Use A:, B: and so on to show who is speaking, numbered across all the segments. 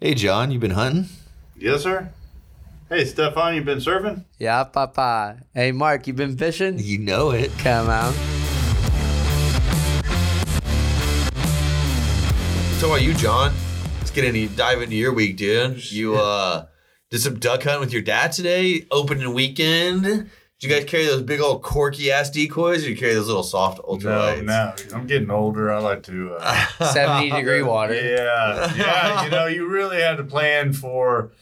A: Hey, John, you been hunting?
B: Yes, sir. Hey, Stefan, you been surfing?
C: Yeah, papa. Hey, Mark, you been fishing?
A: You know it.
C: Come on.
A: So how are you, John? Let's get into dive into your week, dude. You uh did some duck hunting with your dad today, opening weekend. Did you guys carry those big old corky ass decoys, or you carry those little soft ultralights?
B: no. I'm getting older. I like to. Uh,
C: 70 degree water.
B: yeah, yeah. You know, you really had to plan for.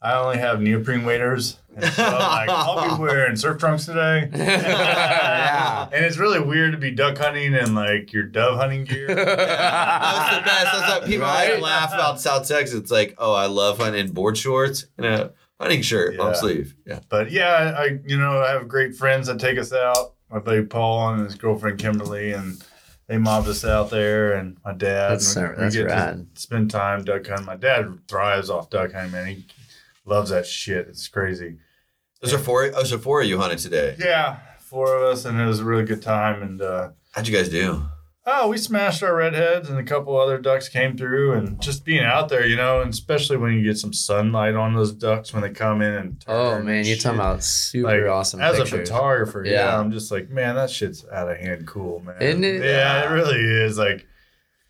B: I only have neoprene waders, and so I'm like, I'll be wearing surf trunks today.
C: Yeah.
B: And it's really weird to be duck hunting and like your dove hunting gear.
A: That's the best. That's what people always
C: Right?
A: laugh about South Texas. It's like, oh, I love hunting in board shorts and a hunting shirt, long
B: Yeah.
A: sleeve. Yeah.
B: But yeah, I you know I have great friends that take us out. My buddy Paul and his girlfriend Kimberly, and they mobbed us out there, and my dad.
C: That's
B: and
C: so- that's rad.
B: to spend time duck hunting. My dad thrives off duck hunting, man. He loves that shit. It's crazy.
A: Those are four. Those are four of you hunted today.
B: Yeah, four of us, and it was a really good time. And uh,
A: How'd you guys do?
B: oh, we smashed our redheads, and a couple other ducks came through, and just being out there, you know, and especially when you get some sunlight on those ducks when they come in and turn
C: Oh,
B: and
C: man, you're
B: shit.
C: talking about super
B: like,
C: awesome
B: as
C: pictures.
B: a photographer yeah.
C: Yeah.
B: i'm just like man that shit's out of hand cool man
C: Isn't it?
B: yeah it really is like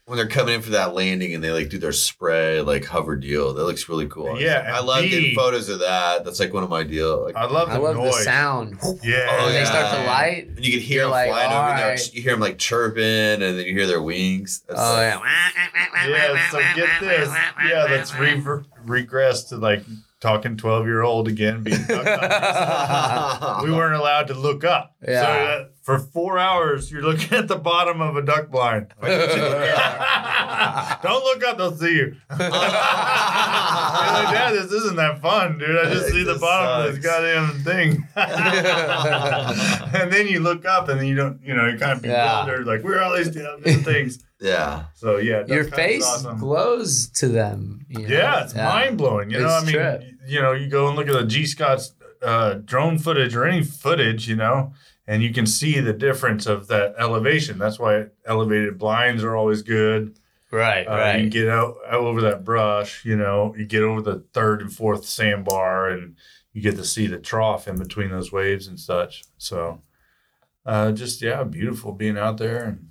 A: When they're coming in for that landing and they like do their spread, like hover deal. That looks really cool.
B: Yeah,
A: I
B: and
A: love getting
B: B- Uh,
A: photos of that. That's like one of my deal. Like,
B: i love the
C: I love
B: noise
C: the sound.
B: yeah
A: Oh,
C: When they start to
A: yeah.
C: light.
A: And you can hear them
C: You're like,
A: flying over there.
C: "Alright."
A: You hear them like chirping, and then you hear their wings. That's
C: Oh,
A: like-
C: yeah.
B: yeah it's like get this yeah let's re- regress to like talking 12 year old again being we weren't allowed to look up
C: Yeah.
B: so uh, for four hours you're looking at the bottom of a duck blind don't look up they'll see you You're like, Dad, this isn't that fun, dude. I just
A: It
B: see the
A: just
B: bottom of this
A: sucks.
B: goddamn thing. and then you look up and then you don't, you know, you kind of
C: Yeah.
B: bewildered, like, where are all these damn different things?
A: yeah.
B: So, yeah.
C: Your
B: duck hunt is
C: face
B: awesome.
C: glows to them. you know?
B: Yeah, it's mind blowing. You know,
C: It's
B: I mean,
C: true.
B: you know, you go and look at the G Scott's uh, drone footage or any footage, you know, and you can see the difference of that elevation. That's why elevated blinds are always good.
C: Right,
B: Uh, You get out, out over that brush, you know, you get over the third and fourth sandbar and you get to see the trough in between those waves and such. So uh, just, yeah, beautiful being out there and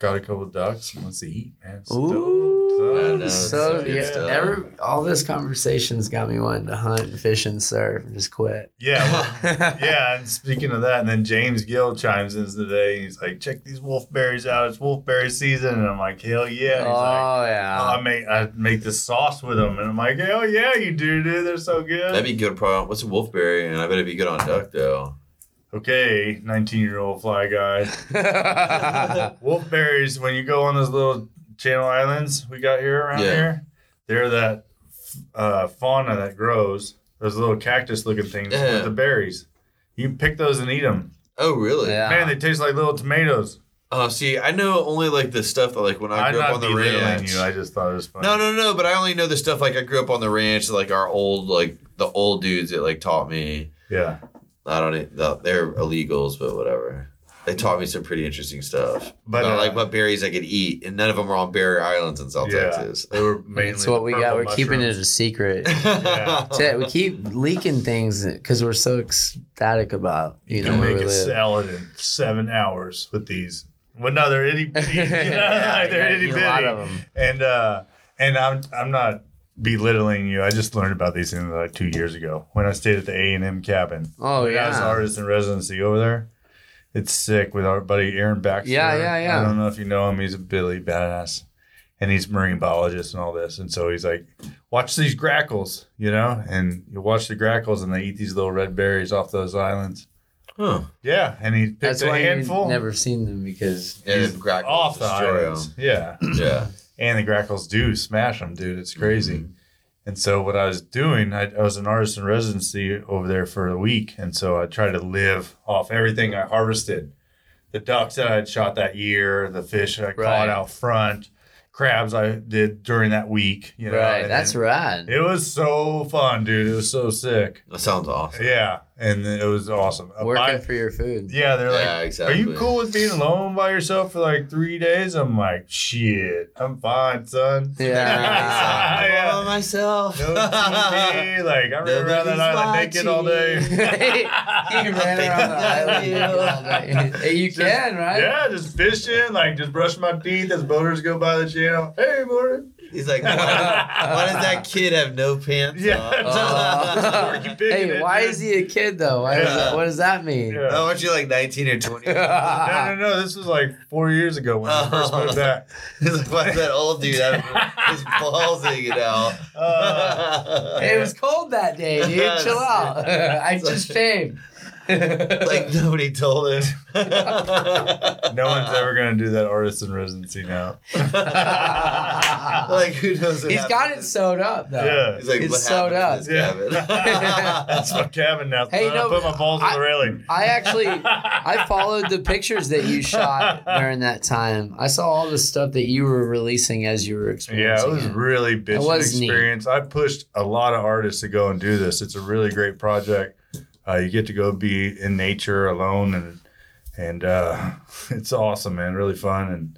B: got a couple of ducks and wants to eat, man. It's dope.
C: Ooh.
A: I know, it's
C: So
A: good
C: yeah,
A: stuff.
C: every, all this conversation's got me wanting to hunt, and fish, and surf, and just quit.
B: Yeah. well, yeah, and speaking of that, and then James Gill chimes in today. And he's like, "Check these wolfberries out. It's wolfberry season." And I'm like, "Hell yeah!" And he's like,
C: oh
B: "Oh,
C: yeah.
B: I make I make this sauce with them, and I'm like, "Hell yeah, you do, dude. They're so good."
A: That'd be good. Problem. What's a wolfberry? And I bet it'd be good on duck though.
B: okay, 19 year old fly guy. "Oh, Wolfberries, when you go on those little Channel Islands we got here around
A: Yeah.
B: here, they're that uh, fauna that grows. Those little cactus looking things
A: Yeah.
B: with the berries. You can pick those and eat them.
A: Oh really?
C: Yeah.
B: Man, they taste like little tomatoes.
A: Oh, see, I know only like the stuff that like when I
B: I'm
A: grew up
B: not
A: on the
B: belittling
A: ranch.
B: you. I just thought it was funny.
A: no, no, no. But I only know the stuff like I grew up on the ranch. Like our old, like the old dudes that like taught me.
B: Yeah.
A: I don't. e- no, They're illegals, but whatever. They taught me some pretty interesting stuff.
B: But,
A: But
B: uh,
A: like what berries I could eat, and none of them are on barrier islands in South
B: Yeah.
A: Texas.
B: They were mainly.
C: That's what we got. We're keeping it a secret.
B: Yeah.
C: That's it. We keep leaking things because we're so ecstatic about you
B: You
C: know
B: can
C: where
B: make
C: we
B: a
C: live.
B: salad in seven hours with these. Well, no, they're itty bitty. You know,
C: Yeah,
B: they're
C: you
B: itty
C: gotta eat a lot of
B: bitty.
C: 'em.
B: And uh, and I'm I'm not belittling you. I just learned about these things like two years ago when I stayed at the A and M cabin.
C: Oh
B: When I was an
C: yeah.
B: artist in residency over there. It's sick with our buddy Aaron Baxter.
C: Yeah, yeah, yeah.
B: I don't know if you know him. He's a Billy badass, and he's marine biologist and all this. And so he's like, watch these grackles, you know, and you watch the grackles, and they eat these little red berries off those islands.
A: Huh.
B: Yeah, and he picked
C: That's
B: a
C: why you've
B: handful
C: never seen them because
A: Yeah,
B: He's
A: they've got-
B: off the
A: destroy 'em.
B: islands. Yeah,
A: Yeah.
B: and the grackles do smash them, dude. It's crazy.
C: Mm-hmm.
B: And so what I was doing, I, I was an artist in residency over there for a week, and so I tried to live off everything I harvested, the ducks that I had shot that year, the fish that I
C: Right.
B: caught out front, crabs I did during that week. You know,
C: right.
B: and
C: That's
B: then-
C: rad.
B: It was so fun, dude. It was so sick.
A: That sounds awesome.
B: Yeah, and it was awesome. Uh,
C: Working
B: I-
C: for your food.
B: yeah, they're like,
A: yeah,
B: are
A: exactly.
B: you cool with being alone by yourself for like three days? I'm like, shit, I'm fine, son.
C: Yeah.
B: Yeah.
A: Mom, myself.
B: No TV. Like I ran around that
A: Nobody's
B: island naked all
A: watching.
B: day.
C: you can run around the island.
A: Ew.
C: naked all day. you can, right?
B: Yeah, just fishing, like just brush my teeth as boaters go by the channel. Hey, boater.
A: He's like, why, why does that kid have no pants
B: Yeah.
A: on?
C: Oh.
B: Keep picking
C: hey,
B: it,
C: why
B: dude.
C: is he a kid though? Why is
B: Yeah.
C: that, what does that mean?
B: Yeah.
A: No, aren't you like 19 or 20?
C: Ah,
B: No, no, no. This was like four years ago when I first moved back.
A: He's like, why is that old dude have his balls hanging out?
B: Uh,
C: Hey, it was cold that day, dude. Chill out. I just shaved.
A: like nobody told him.
B: no one's ever gonna do that artist in residency now.
A: like who knows? what
C: He's got
A: happened
C: it sewed up though.
B: Yeah.
A: to- He's like,
C: It's
A: what
C: sewed up.
A: happened to this
B: Yeah.
A: cabin?
B: That's my cabin now.
C: Hey,
B: I
C: no,
B: put my balls on
C: I-
B: the railing.
C: I actually I followed the pictures that you shot during that time. I saw all the stuff that you were releasing as you were
B: Yeah,
C: experiencing.
B: it was
C: it.
B: really bitchin'
C: was neat.
B: experience. I pushed a lot of artists to go and do this. It's a really great project. Uh, you get to go be in nature alone, and and uh, it's awesome, man. Really fun, and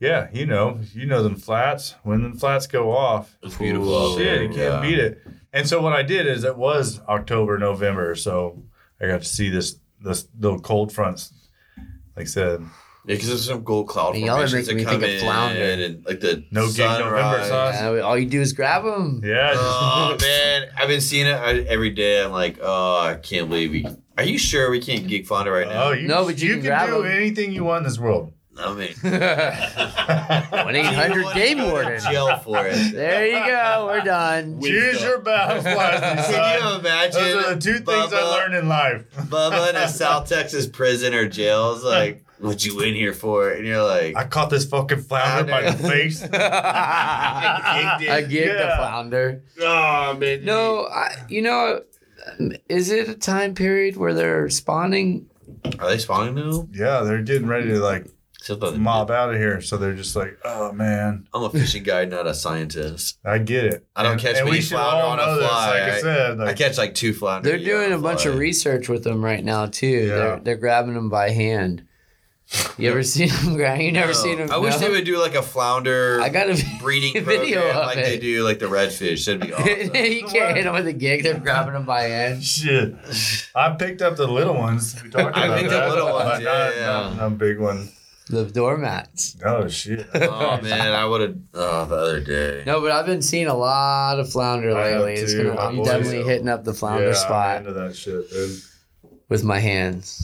B: yeah, you know, you know them flats. When them flats go off,
A: It's beautiful
C: oh,
A: out there,
B: Shit, you
A: yeah.
B: can't beat it. And so what I did is it was October, November, so I got to see this this little cold fronts. Like I said,
A: Yeah, because there's some gold cloud
C: And y'all are
A: formations that
C: making me
A: come
C: think of
A: in
C: flounder.
A: and like the
B: No gig November
A: sunrise.
B: song.
C: Yeah, all you do is grab them.
B: yeah,
A: Oh man, I've been seeing it I- every day. I'm like, oh, I can't believe we. Are you sure we can't gig flounder right now?
B: Oh, you,
C: No, but you
B: you
C: can
B: can,
C: grab
B: do
C: them.
B: anything you want in this world.
A: I mean,
C: One eight
A: You
C: hundred
A: wanna
C: game
A: go to
C: warden.
A: Jail for it.
C: There you go. We're done.
B: Choose your battles wisely,
A: Can you
B: son.
A: imagine?
B: Those are the two things I
A: Bubba-
B: learned in life.
A: Bubba in a South Texas prison or jail is like, what you in here for? And you're like,
B: I caught this fucking flounder by the face.
A: I
C: I
A: gigged it.
C: get the
B: Yeah.
C: flounder.
A: Oh, man.
C: No, I, you know, um, is it a time period where they're spawning?
A: Are they spawning now?
B: Yeah, they're getting ready to like
A: Something.
B: mob out of here, so they're just like, oh man,
A: I'm a fishing guy, not a scientist.
B: I get it.
A: I don't
B: And-
A: catch
B: and
A: many
B: we should
A: flounder
B: all
A: on a
B: know this,
A: fly,
B: Like I
A: right?
B: said, like,
A: I catch like two flounder.
C: They're
A: a year
C: doing
A: on
C: a bunch
A: fly.
C: of research with them right now too. They're
B: Yeah.
C: they're grabbing them by hand. You ever seen them grind? You never
A: No.
C: seen them?
A: I wish
C: no?
A: they would do like a flounder
C: I got a
A: breeding
C: video
A: program
C: of
A: like they
C: it.
A: do like the redfish. That'd be awesome.
C: you can't hit them with a gig. They're grabbing them by hand.
B: shit. I picked up the little ones. We talked about
A: I picked
B: that.
A: up little ones,
B: But
A: yeah,
B: not,
A: yeah.
B: Not, not big one.
C: The doormats.
B: Oh shit.
A: oh man, I would have. Oh, the other day.
C: No, but I've been seeing a lot of flounder
B: I have
C: lately. It's
B: too.
C: gonna,
B: My
C: I'm
B: boys-
C: definitely hitting up the flounder
B: yeah,
C: spot.
B: I'm into that shit, dude.
C: with my hands.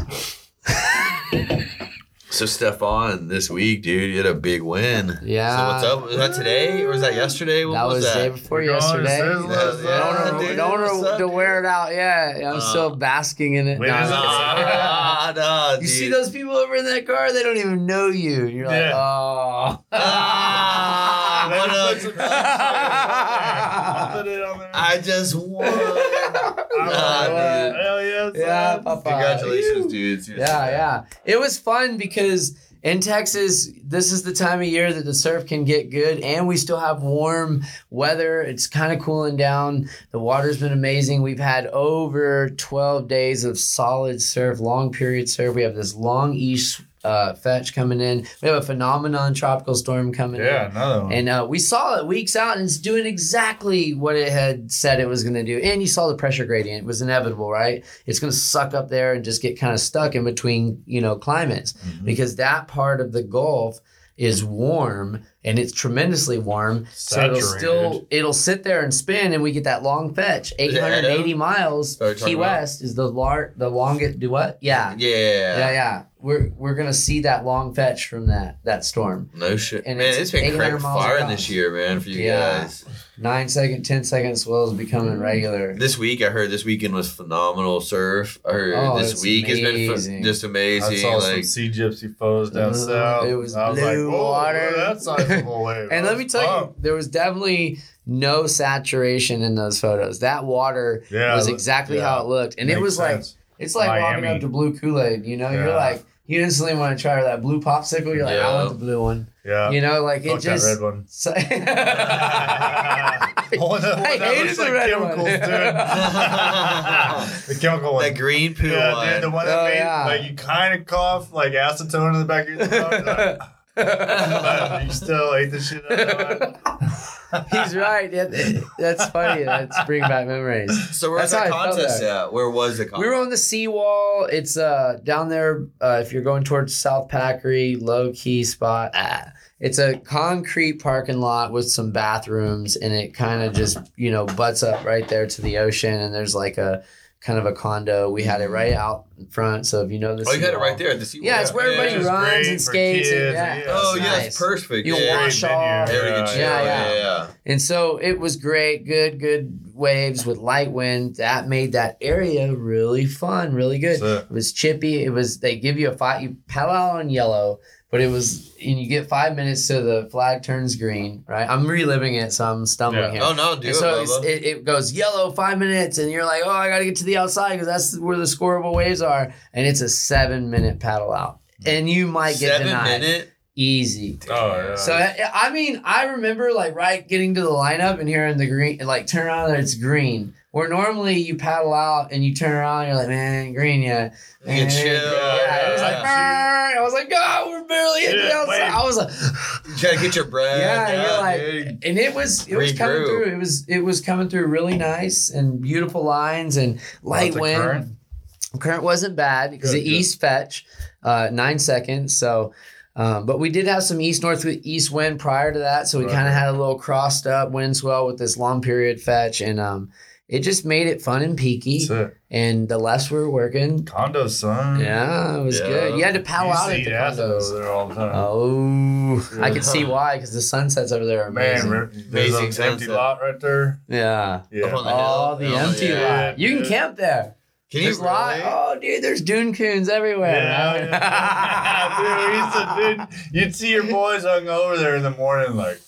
A: So Stefan, this week, dude, you had a big win.
C: Yeah.
A: So what's up? Was that today or was that yesterday? When
C: that
A: was,
C: was, day
A: that?
C: before
B: We're going to
C: yesterday.
B: Sizzler,
A: Yeah,
B: son.
A: yeah,
C: don't
A: dude.
C: don't
A: what's up,
C: to
A: dude?
C: wear it out. Yeah, I'm
A: Uh,
C: still basking in it.
B: wait,
C: No,
B: is
C: I'm
B: it-
C: kidding.
A: Nah, Ah, nah,
C: you
A: dude.
C: see those people over in that car? They don't even know you. And you're like,
B: Yeah.
C: oh.
A: Ah, what
B: Let's
A: up?
B: put some action on there. Put it on there.
A: I just won.
B: I'm
A: Ah,
B: like,
C: dude.
B: Hell yeah, son.
C: yeah, Papa.
A: Congratulations, dudes.
C: Yeah, yeah. It was fun because in Texas, this is the time of year that the surf can get good, and we still have warm weather. It's kind of cooling down. The water's been amazing. We've had over 12 days of solid surf, long period surf. We have this long east uh, fetch coming in. We have a phenomenon tropical storm coming in.
B: Yeah, another one.
C: And uh, we saw it weeks out, and it's doing exactly what it had said it was going to do. And you saw the pressure gradient it was inevitable, right? It's going to suck up there and just get kind of stuck in between, you know, climates
B: Mhm.
C: because that part of the Gulf is warm and it's tremendously warm. So it'll
B: Saturated.
C: still it'll sit there and spin, and we get that long fetch,
A: Is it
C: 880 miles.
A: Sorry, talking
C: Key
A: about-
C: West is the lar- the longest. Do what? Yeah.
A: Yeah.
C: Yeah, yeah. We're we're gonna see that long fetch from that that storm.
A: No shit,
C: And
A: man.
C: it's
A: it's been
C: 800
A: crack
C: miles
A: firing
C: across.
A: this year, man, for you
C: Yeah.
A: guys.
C: Nine second, ten second swells becoming regular.
A: This week, I heard this weekend was phenomenal surf. I heard
C: Oh,
A: this
C: it's
A: week has been
C: amazing.
A: ph just
B: I
A: amazing.
B: saw some
A: like,
B: sea gypsy foes down
C: Uh,
B: south.
C: it was
B: I was like,
C: blue
B: "Whoa, whoa,
C: water."
B: That sizable wave.
C: And
B: I
C: let me
B: was
C: tell you,
B: pumped.
C: there was definitely no saturation in those photos. That water
B: yeah,
C: was
B: it-
C: exactly
B: yeah.
C: how it looked. And it
B: Makes
C: was
B: sense.
C: like it's like walking
B: Miami.
C: up to blue Kool-Aid, you know? You're
B: Yeah.
C: like you instantly want to try that blue popsicle, you're like, I want
A: Yeah.
C: the blue one.
B: yeah,
C: You know, like
B: fuck
C: it just
B: that red one.
C: so-
B: oh, that,
C: I
B: that
C: hated
B: looks
C: the
B: like
C: red
B: chemicals,
C: one.
B: dude. the chemical one.
A: that green poo
B: yeah,
A: one.
B: dude, the one that
C: Oh,
B: made
C: yeah.
B: like you kind of cough like acetone uh, in the back of your throat. You're like, but you still ate the shit out of that one.
C: He's right. Yeah, That's funny. That's bring back memories.
A: So where's
C: That's
A: that
C: how I felt
A: contest
C: there.
A: at? Where was the contest?
C: We were on the seawall. It's uh down there. Uh, if you're going towards South Packery, low key spot. Ah. It's a concrete parking lot with some bathrooms, and it kind of just you know butts up right there to the ocean. And there's like a kind of a condo. We had it right out in front. So if you know this,
A: oh, you had it right there at the sea.
C: Yeah, it's
B: Yeah,
C: where everybody
B: it's
C: runs
B: great
C: and
B: for
C: skates. And,
B: kids,
C: yeah.
B: yeah.
A: Oh,
C: it's
A: yeah,
C: nice.
A: it's perfect.
C: You
A: yeah.
C: wash off.
A: There we go.
B: Yeah,
A: Yeah,
C: yeah.
A: yeah, yeah.
C: And so it was great, good, good waves with light wind. That made that area really fun, really good.
B: So-
C: It was chippy. It was they give you a five you paddle out on yellow, but it was and you get five minutes to the flag turns green, right? I'm reliving it, so I'm stumbling
B: Yeah.
C: here.
A: Oh no, dude,
C: And so it's,
A: Bubba.
C: it, it goes yellow five minutes, and you're like, oh, I got to get to the outside because that's where the scoreable waves are. And it's a seven minute paddle out, and you might get
A: seven
C: denied
A: minute.
C: easy.
B: Oh, yeah.
C: So I I mean, I remember like right getting to the lineup and hearing the green, like turn around and it's green. Where normally you paddle out and you turn around, and you're like, man, green yet?
A: You can
C: Man,
A: chill.
C: Yeah, it was like, "Brrr." I was like, God, we're barely in the
B: Yeah,
C: outside.
B: wait.
C: I was like,
A: You gotta get your breath.
C: Yeah, you're
A: down,
C: like-
A: dude.
C: and it was it was coming
A: Regrew.
C: through. It was it was coming through really nice and beautiful lines and light
B: Lots of
C: wind. Current?
B: current?
C: wasn't bad because the
B: Good, good.
C: east fetch, uh, nine seconds. So, um, but we did have some east north east wind prior to that, so we
B: Right.
C: kind of had a little crossed up wind swell with this long period fetch, and um, it just made it fun and peaky.
B: That's it. Mm-hmm.
C: and the less we were working,
B: Condo son.
C: yeah, it was
A: Yeah.
C: good. You had to
B: How
C: powwow out at the condos.
B: over there all the time.
C: Oh, I can
A: Yeah.
C: see why because the sunsets over there are amazing.
B: Man, re- there's
A: Amazing
B: an empty
A: sunset.
B: lot right there.
C: yeah.
A: Up on
B: Yeah.
A: the hill.
C: Oh, the
A: Oh,
C: empty
A: yeah.
C: lot. You can
B: Yeah.
C: camp there.
A: Can you
C: There's lot.
A: really?
C: Oh, dude, there's dune coons everywhere.
B: Yeah, dude, we used to, dude, you'd see your boys hung over there in the morning, like,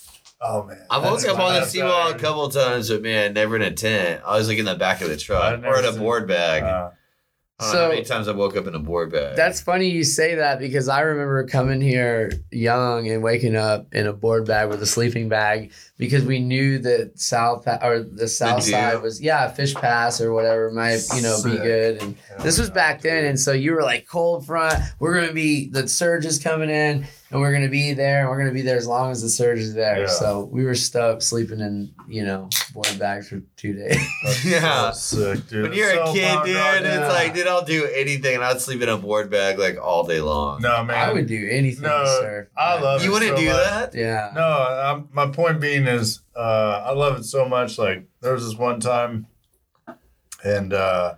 B: oh man.
A: I woke
B: that's
A: up on
B: my
A: the seawall a
B: outside.
A: couple times, but man, never in a tent. I was like in the back of the truck
B: I've
A: or in a
B: never seen-
A: board bag.
B: Uh,
A: I don't know how
C: So-
A: many times I woke up in a board bag.
C: That's funny you say that because I remember coming here young and waking up in a board bag with a sleeping bag because we knew that south Pa- or the south
A: deal.
C: side was yeah fish pass or whatever might you know be
B: Sick.
C: good and
B: yeah,
C: this was
B: yeah,
C: back then
B: dude.
C: and so you were like cold front we're gonna be the surge is coming in and we're gonna be there and we're gonna be there as long as the surge is there
B: Yeah.
C: so we were stuck sleeping in you know board bags for two days
B: That's
A: Yeah.
B: So sick, dude.
A: when you're
B: That's
A: a
B: so
A: kid,
B: power
A: dude,
B: dog.
C: yeah.
A: it's like, dude, I'll do anything, and I'd sleep in a board bag like all day long.
B: No, man.
C: i would do anything
B: No,
C: to surf
B: I
C: man.
B: love
A: you
B: it
A: wouldn't
B: so
A: do
B: much.
A: that.
C: yeah
B: No, i my point being is, uh, I love it so much. Like there was this one time, and uh,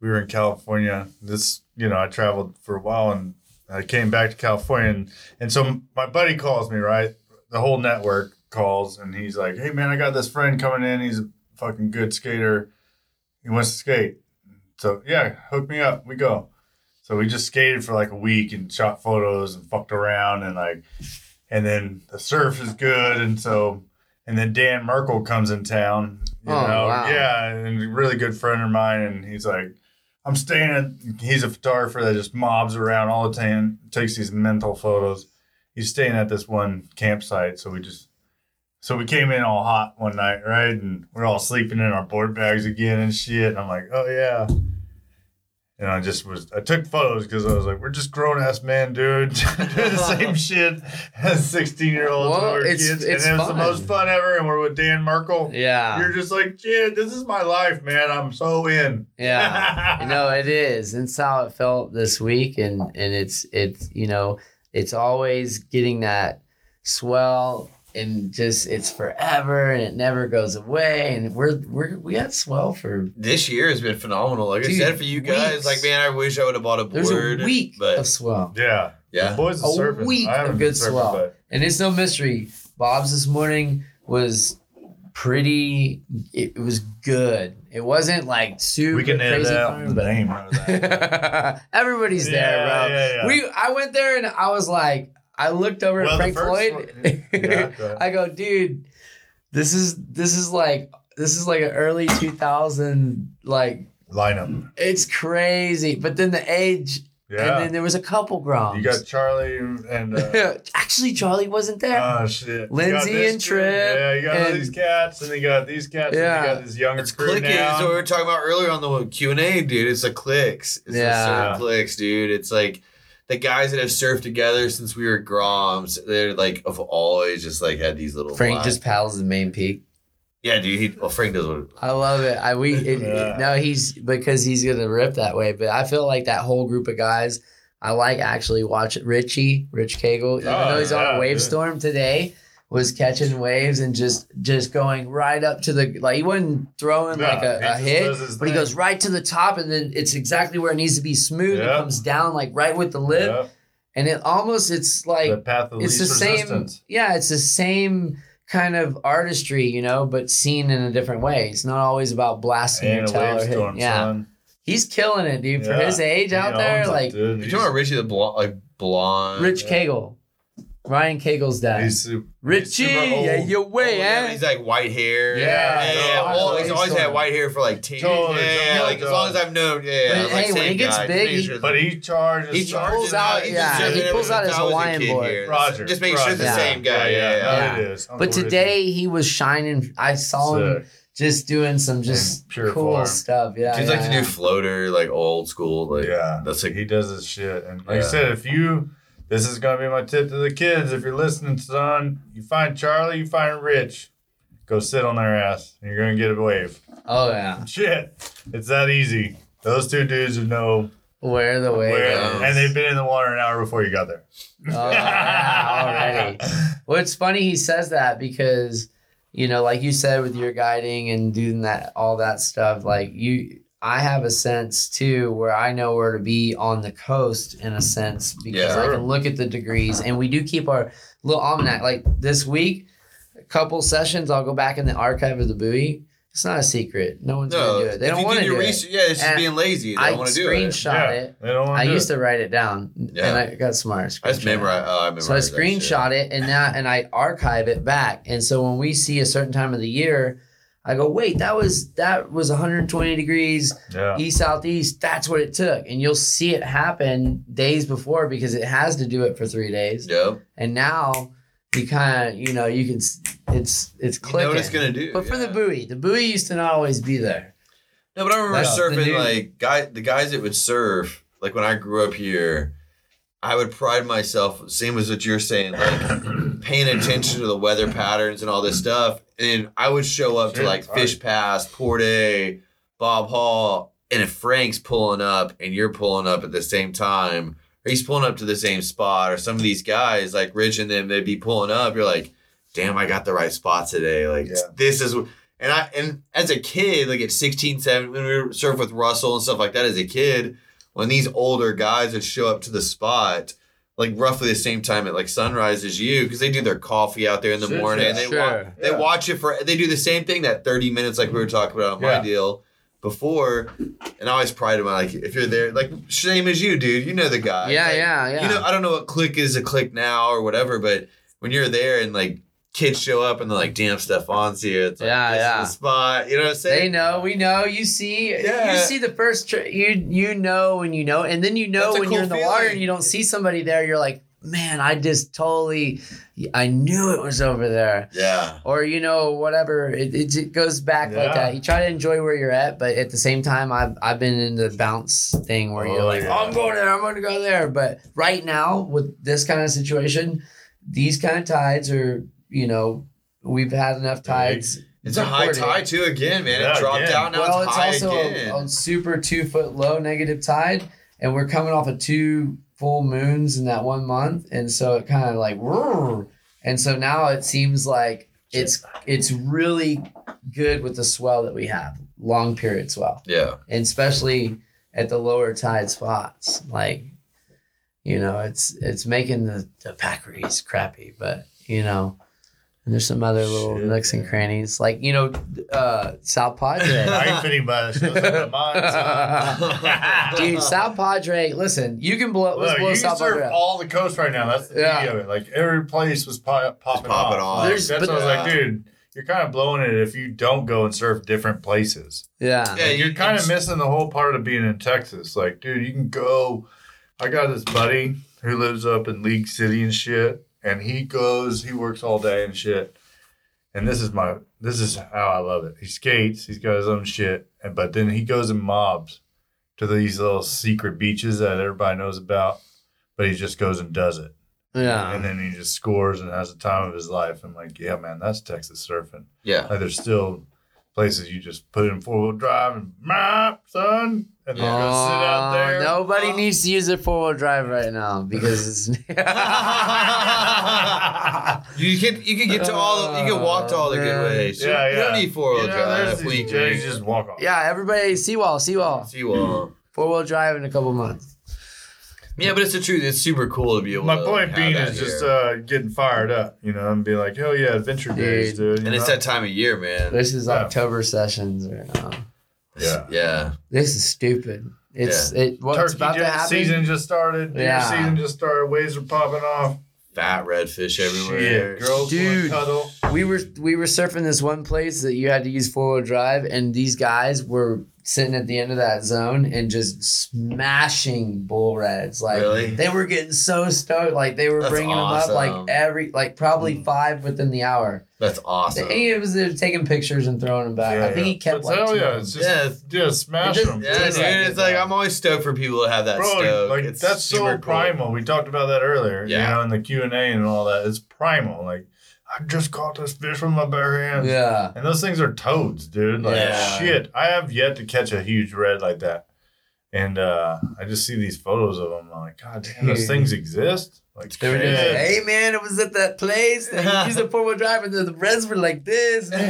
B: we were in California. This, you know, I traveled for a while, and I came back to California, and, and so my buddy calls me. Right, the whole network calls, and he's like, "Hey, man, I got this friend coming in. He's a fucking good skater. He wants to skate. So yeah, hook me up. We go." So we just skated for like a week and shot photos and fucked around and like and then the surf is good and so and then Dan Merkel comes in town. You
C: Oh,
B: know,
C: wow.
B: yeah, and a really good friend of mine and he's like I'm staying at he's a photographer that just mobs around all the time, takes these mental photos. He's staying at this one campsite, so we just so we came in all hot one night, right? And we're all sleeping in our board bags again and shit. And I'm like, oh yeah. And I just was, I took photos because I was like, we're just grown ass men, dude, doing the same shit as 16 year olds. when
C: Well,
B: we were
C: it's-
B: kids.
C: it's
B: and it was
C: fun.
B: the most fun ever. And we're with Dan Merkel.
C: yeah
B: You're just like, shit, this is my life, man. I'm so in.
C: yeah you know it is it's how it felt this week and and it's it's you know it's always getting that swell and just it's forever and it never goes away and we're we're we had swell for
A: This year has been phenomenal. Like
C: Dude,
A: I said, for you guys,
C: weeks.
A: like man, I wish I would have bought a board.
C: there's a week
A: but
C: of swell
B: yeah.
A: yeah,
B: Boys
C: A
B: are surfing.
C: week
B: I haven't
C: of good
B: been surfing,
C: swell.
B: but
C: and it's no mystery bob's this morning was pretty it, it was good it wasn't like super
B: We can edit
C: crazy
B: out
C: fun,
B: the
C: but
B: name out of that.
C: everybody's there bro
B: Yeah, yeah, yeah.
C: We I went there and I was like, I looked over
B: Well,
C: at
B: the
C: Frank
B: first
C: Floyd.
B: one- Yeah, go ahead.
C: I go, dude, this is this is like this is like an early 2000 like
B: lineup.
C: it's crazy. But then the age, and
B: Yeah.
C: then there was a couple groms.
B: You got Charlie and uh,
C: Actually, Charlie wasn't there.
B: Oh shit! You got
C: Lindsey
B: this
C: and
B: crew-
C: Tripp
B: Yeah, you got all
C: and-
B: these cats, and then you got these cats, and
C: Yeah.
B: you got this younger
A: It's
B: crew
A: clicking. It's
B: now.
A: what we were talking about earlier on the Q and A, dude. It's the clicks. It's
C: Yeah.
A: the certain clicks, dude. It's like the guys that have surfed together since we were groms, they're like have always just like had these little.
C: Frank
A: lines.
C: just paddles the main peak.
A: yeah, dude. He, well, Frank does what.
C: I love it. I we it,
B: Yeah.
C: no, he's because he's gonna rip that way. But I feel like that whole group of guys, I like actually watch Richie, Rich Cagle, even
B: Oh,
C: though he's on
B: yeah,
C: a wave
B: yeah.
C: storm today, was catching waves and just just going right up to the like he wasn't throwing
B: No,
C: like a,
B: he
C: a
B: just does his
C: hit, but he
B: thing.
C: goes right to the top and then it's exactly where it needs to be smooth.
B: Yeah.
C: It comes down like right with the lip,
B: Yep.
C: and it almost it's like
B: the path of
C: it's the
B: least
C: same
B: resistance.
C: yeah it's the same kind of artistry you know but seen in a different way it's not always about blasting your
B: And a
C: tail or
B: wave
C: hitting.
B: storm,
C: yeah
B: son.
C: he's killing it dude for
B: Yeah.
C: his age
B: He
C: out
B: owns
C: there
B: it,
C: like
B: dude.
A: You
B: He's-
A: talking about Richie the blonde, like blonde?
C: rich cagle ryan cagle's dad
B: He's super- he's
C: richie
B: super old.
C: yeah your
A: Oh,
C: way
A: yeah,
C: eh?
A: He's like white hair.
B: Yeah.
A: yeah. yeah,
B: Yeah.
A: Oh, he's
C: Yeah.
A: always had white hair for like ten.
B: Totally,
A: yeah, yeah,
B: totally,
A: like as long as
B: totally.
A: I've known. Yeah, like
C: But hey, when
A: same
C: he gets
A: guy,
C: big,
A: making
C: he-
A: sure-
B: But he charges.
A: he
C: pulls
A: charges
C: out-
A: He's
C: yeah,
A: just
C: he
A: doing
C: pulls
A: it
C: out his
A: since I was a
C: Hawaiian
A: kid
C: boy.
A: here.
B: Roger.
A: Just make sure it's the
C: Roger.
A: same guy. Yeah,
C: yeah.
B: No, it is. Uncle
C: but
B: Richie.
C: today he was shining i saw him
B: Sick.
C: just doing some just
B: In pure
C: cool
B: form.
C: stuff yeah
A: Dudes
C: yeah,
A: like to
C: yeah.
A: do floater, like old school. Like
B: yeah,
A: that's like
B: he does his shit. And like I
A: Yeah.
B: said, if you, this is gonna be my tip to the kids. If you're listening, son, you find Charlie, you find Rich, go sit on their ass, and you're gonna get a wave.
C: oh yeah
B: Shit, it's that easy. Those two dudes know
C: where the way
B: where,
A: goes.
B: and they've been in the water an hour before you got there.
C: Oh, yeah, already. Well, it's funny he says that because, you know, like you said with your guiding and doing that, all that stuff, like you, I have a sense too where I know where to be on the coast in a sense because
A: Yeah.
C: I can look at the degrees and we do keep our little almanac. Like this week, a couple sessions, I'll go back in the archive of the buoy. It's not a secret. No one's
A: no.
C: gonna do it. They
A: if
C: don't
A: you
C: want to
A: your
C: do it.
A: research, Yeah, it's just
C: And
A: being lazy. They
C: I
A: don't want to do it.
C: screenshot
B: Yeah,
C: it.
B: They don't want
C: I
B: to.
C: used to write it down,
A: Yeah.
C: and I got smart.
A: I just
C: Screenshot it.
A: memorize. Oh, I remember.
C: So I screenshot it and now and I archive it back. And so when we see a certain time of the year, I go, wait, that was that was 120 degrees
B: Yeah.
C: east southeast. That's what it took. And you'll see it happen days before because it has to do it for three days.
A: Yep.
C: And now you kind of you know you can s- it's it's
A: You know
C: clicking.
A: what it's gonna do.
C: but for the
A: yeah.
C: buoy, the buoy used to not always be there.
A: No, but I remember
C: That's the
A: surfing
C: new-
A: like guy the guys that would surf, like when I grew up here, I would pride myself, same as what you're saying, like paying attention to the weather patterns and all this stuff. And I would show up
B: Sure,
A: to like
B: it's hard.
A: Fish Pass, Port A, Bob Hall, and if Frank's pulling up and you're pulling up at the same time, or he's pulling up to the same spot, or some of these guys like Rich and them, they'd be pulling up. You're like, damn, I got the right spot today. Like
B: Yeah.
A: this is and I and as a kid, like at 16, 17, when we surfed with Russell and stuff like that as a kid, when these older guys would show up to the spot, like roughly the same time at like sunrise as you, because they do their coffee out there in the
B: Sure,
A: morning.
B: sure,
A: and they
C: sure.
A: wa- they
B: Yeah.
A: watch it for they do the same thing that 30 minutes like we were talking about on
B: Yeah.
A: my deal before. And I always pride my like if you're there, like same as you, dude. You know the guy.
C: yeah,
A: Like,
C: yeah, yeah.
A: you know, I don't know what click is a click now or whatever, but when you're there and like kids show up and they're like, damn, Stefan's here. It's like,
C: Yeah,
A: this is
C: yeah.
A: the spot. You know what I'm saying?
C: They know, we know. You see,
A: Yeah.
C: you see the first. Tr- you you know when you know, and then you know
A: That's a
C: when
A: cool
C: you're in the water
A: feeling.
C: and you don't see somebody there. You're like, man, I just totally, I knew it was over there,
A: Yeah.
C: or you know whatever. It it, it goes back like
B: Yeah.
C: that. You try to enjoy where you're at, but at the same time, I've I've been in the bounce thing where you're
B: Oh,
C: like,
B: yeah.
C: oh, I'm going there, I'm going to go there. But right now with this kind of situation, these kind of tides are, you know, we've had enough tides.
A: It's a high
C: recorded.
A: tide too again, man.
B: Yeah,
A: it dropped
B: again.
A: out now.
C: well,
A: Oh, it's,
C: it's,
A: high
C: also
A: again.
C: a, a super two foot low negative tide, and we're coming off of two full moons in that one month, and so it kind of like, "Rrr." and so now it seems like it's it's really good with the swell that we have, long period swell,
A: yeah.
C: and especially at the lower tide spots, like. You know, it's it's making the, the packeries crappy, but you know, and there's some other little
B: Shit,
C: nooks and
B: man.
C: crannies. Like, you know, uh South Padre.
B: I ain't fitting by this. Those are mine, son.
C: Dude, South Padre, listen, you can blow. Let's
B: Look,
C: blow
B: you can
C: South
B: surf
C: Padre. up.
B: all the coast right now. That's the
C: Yeah.
B: beauty of it. Like every place was pop, popping,
A: popping
B: off.
A: off.
B: Like,
C: There's-
B: that's
C: but-
B: what I was like,
A: Yeah.
B: dude. You're kind of blowing it if you don't go and surf different places.
C: yeah.
A: Yeah,
B: Like,
A: you-
B: you're kind of
A: it's-
B: missing the whole part of being in Texas. Like, dude, you can go. I got this buddy who lives up in League City and shit, and he goes. He works all day and shit. And this is my. This is how I love it. He skates. He's got his own shit, and but then he goes in mobs to these little secret beaches that everybody knows about. but he just goes and does it.
C: Yeah.
B: And then he just scores and has the time of his life. I'm like, yeah, man, that's Texas surfing.
A: Yeah.
B: Like, there's still places you just put in four wheel drive and map, son, and then go sit out
C: Oh,
B: there.
C: Nobody
A: Oh.
C: needs to use their four wheel drive right now because it's.
A: Yeah, You can you can get to all the, you can walk to all the
C: Oh,
A: good
C: man.
A: ways.
B: Yeah,
A: You don't
B: yeah.
A: need four wheel
B: You know,
A: drive.
B: there's
A: if We
B: these- you just walk off.
C: everybody, seawall, seawall.
A: Seawall.
C: Four wheel drive in a couple months.
A: Yeah, but it's the truth. It's super cool to be able.
B: My
A: to
B: point
A: have
B: being
A: that
B: is just
A: here.
B: uh, getting fired up, you know, and be like, hell yeah, adventure days, dude. you
A: and it's
B: know?
A: that time of year, man.
C: This is
B: Yeah.
C: October sessions right now.
B: yeah.
A: Yeah,
C: This is stupid. It's it. What's
B: Turkey
C: about to
B: dinner
C: happen?
B: season just started. Yeah.
C: Yeah.
B: season just started. Waves are popping off.
A: fat redfish everywhere.
B: Shit, girls
C: Dude.
B: Dude. cuddle.
C: we were we were surfing this one place that you had to use four wheel drive, and these guys were sitting at the end of that zone and just smashing bull reds. Like
A: Really?
C: they were getting so stoked, like they were
A: That's
C: bringing
A: awesome.
C: them up like every like probably five within the hour.
A: That's awesome.
C: And it was they're taking pictures and throwing them back. I
B: Yeah,
C: think
B: yeah.
C: he kept
B: But
C: like
B: hell
C: two
B: yeah,
C: of
B: it's
C: them.
B: just
A: Yeah.
B: yeah, smash
C: It just-
B: them.
A: Yeah,
C: It's
A: dude.
C: like-
A: It's like I'm always stoked for people to have that
B: Bro,
A: stoked.
B: like
A: It's
B: that's so
A: super cool.
B: primal. We talked about that earlier,
A: Yeah.
B: you know, in the Q and A and all that. It's primal. Like I just caught this fish with my bare hands.
C: Yeah.
B: And those things are toads, dude. Like
A: Yeah.
B: shit. I have yet to catch a huge red like that. And uh, I just see these photos of them. I'm like, God damn, those
C: Dude.
B: things exist. Like,
C: They were just like,
B: shit.
C: hey man, it was at that place. And he used a four wheel drive, and the the reds were like this.
A: Shit.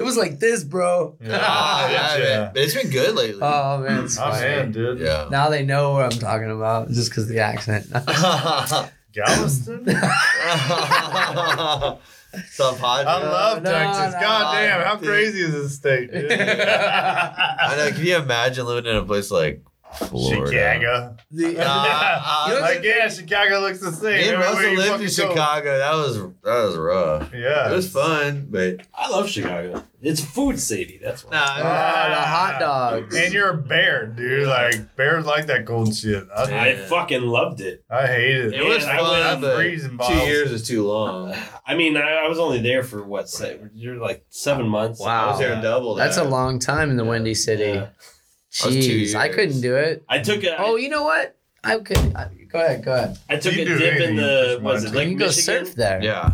C: it was like this, bro.
A: Ah, yeah,
B: Yeah.
A: man. But it's been good lately.
C: Oh man, it's
B: Oh,
C: funny.
B: man, dude.
A: yeah.
C: Now they know what I'm talking about just because the accent.
B: Galveston?
A: Some pod.
B: I love
C: No,
B: Texas.
C: no,
B: God damn, how
A: dude.
B: crazy is this state? dude?
A: I know. Can you imagine living in a place like Florida?
B: Chicago.
A: Nah, uh,
C: You know
B: Like, yeah, Chicago looks the same.
A: me and
B: everywhere
A: Russell
B: you
A: lived
B: fucking
A: in
B: go.
A: Chicago. That was that was rough.
B: Yeah.
A: It was fun, but
D: I love Chicago. It's food city. That's why.
A: nah. I mean,
B: Uh,
C: Ah, the hot dogs.
B: And you're a bear, dude. Like, bears like that golden shit. I,
D: I fucking loved it.
B: I hate it.
A: It was
D: Man, I
A: fun,
D: went-
A: but
B: freezing
A: two
B: balls.
A: years is too long.
D: I mean, I, I was only there for what? Se- you're like seven months.
C: Wow.
A: I was there double. That.
C: That's a long time in the Windy City.
D: Yeah.
A: That was two
C: Jeez, I
A: years.
C: couldn't do it.
D: I took a.
C: Oh, you know what? I could. I, go ahead. Go ahead.
D: I took
B: You
D: a
B: do
D: dip
B: anything
D: in
B: you
D: the
B: just
D: was
B: want
D: it
B: to.
C: you
D: Lake
C: can go
D: Michigan?
C: surf there.
A: Yeah.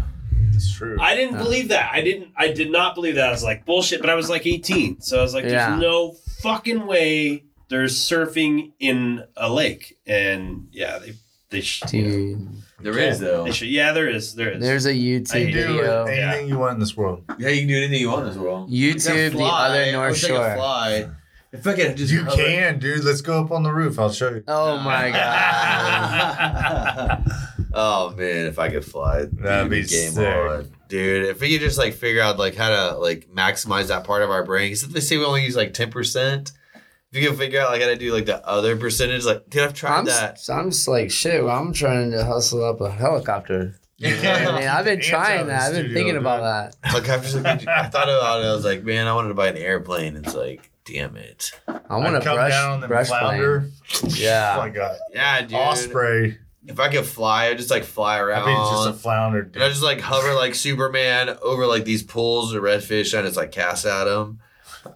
B: It's true.
D: I didn't
C: Yeah.
D: believe that. I didn't. I did not believe that. I was like bullshit. But I was like 18, so I was like, "There's
C: Yeah.
D: no fucking way there's surfing in a lake." And yeah, they they sh-
C: Dude,
A: There is though.
D: they sh- yeah, there is there is.
C: there's a
D: I
C: YouTube
B: You can
D: hate
B: do
C: video.
B: anything you want in this world.
A: Yeah, you can do anything you want in this world.
C: YouTube, the other North Shore.
A: fly. If I could just
B: You can, dude. Let's go up on the roof. I'll show you.
C: Oh my god.
A: oh man, if I could fly,
B: That'd be sick.
A: dude. If we could just like figure out like how to like maximize that part of our brain, because they say we only use like ten percent. If you can figure out like how to do like the other percentage, like dude, I've tried
C: I'm,
A: that.
C: s- I'm just like shit. Well, I'm trying to hustle up a helicopter.
B: You
C: I
B: can't
C: mean, I've been
B: Ants out
C: trying
B: of
C: that.
B: the
C: I've been
B: studio,
C: thinking about
B: dude.
C: that.
A: Like I just like, I thought about it. I was like, man, I wanted to buy an airplane. It's like, damn it.
C: I want
B: I'd
C: to
B: come
C: brush,
B: down and
C: brush
B: flounder.
C: plane.
B: Oh
C: Yeah.
B: my god,
A: Yeah, dude.
B: osprey.
A: If I could fly, I'd just like fly
B: I
A: around.
B: mean, it's just a flounder.
A: And I
B: Dude.
A: just like hover like Superman over like these pools of redfish and it's like cast at them.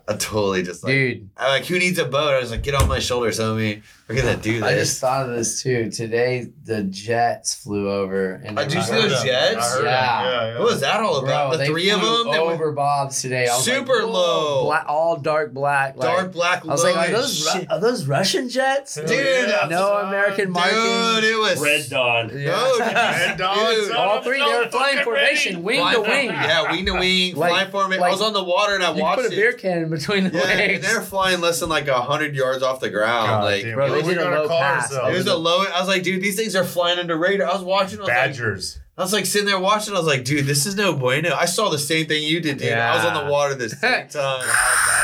A: I totally just like,
C: Dude,
A: I'm like, who needs a boat? I was like, get on my shoulders, homie. We're gonna do
C: I
A: this.
C: just thought of this too. Today, the jets flew over. And
A: Oh,
C: they
A: did you
B: I
C: were-
A: see
B: heard
A: those
B: that.
A: jets?
B: I heard that.
C: Yeah.
B: yeah, yeah.
A: what was that all about? the
C: Bro, they
A: three of
C: flew
A: them that were
C: over Bob's today. I was
A: Super
C: like, whoa,
A: low.
C: bla- all dark black. Like,
A: dark black.
C: I was like,
A: low
C: are
A: as
C: those Ru-
A: shit.
C: are those Russian jets?
B: Hell
A: Dude,
B: yeah,
C: no
B: son.
C: American
A: dude,
C: markings.
A: it was
D: Red Dawn.
C: Yeah.
A: No, dude.
B: Red Dawn,
A: Dude.
B: son.
C: all three. They were flying formation, wing
A: Flying
C: to
A: form-
C: wing.
A: Yeah, wing to wing,
C: Like-
A: flying formation.
C: like-
A: I was on the water and I
C: You
A: watched
C: put a
A: it.
C: beer can in between the
A: yeah, and
C: legs.
A: they're flying less than like hundred yards off the ground.
B: God
A: like
B: damn,
C: Bro,
B: what
C: they
B: are we
C: did a
B: gonna
C: low
B: call
C: pass.
B: ourselves?
A: it was the low. I was like, dude, these things are flying under radar. I was watching. I was like,
B: Badgers.
A: I was like sitting there watching. I was like, dude, this is no bueno. I saw the same thing you did, dude. I was on
C: Yeah.
A: the water this same time.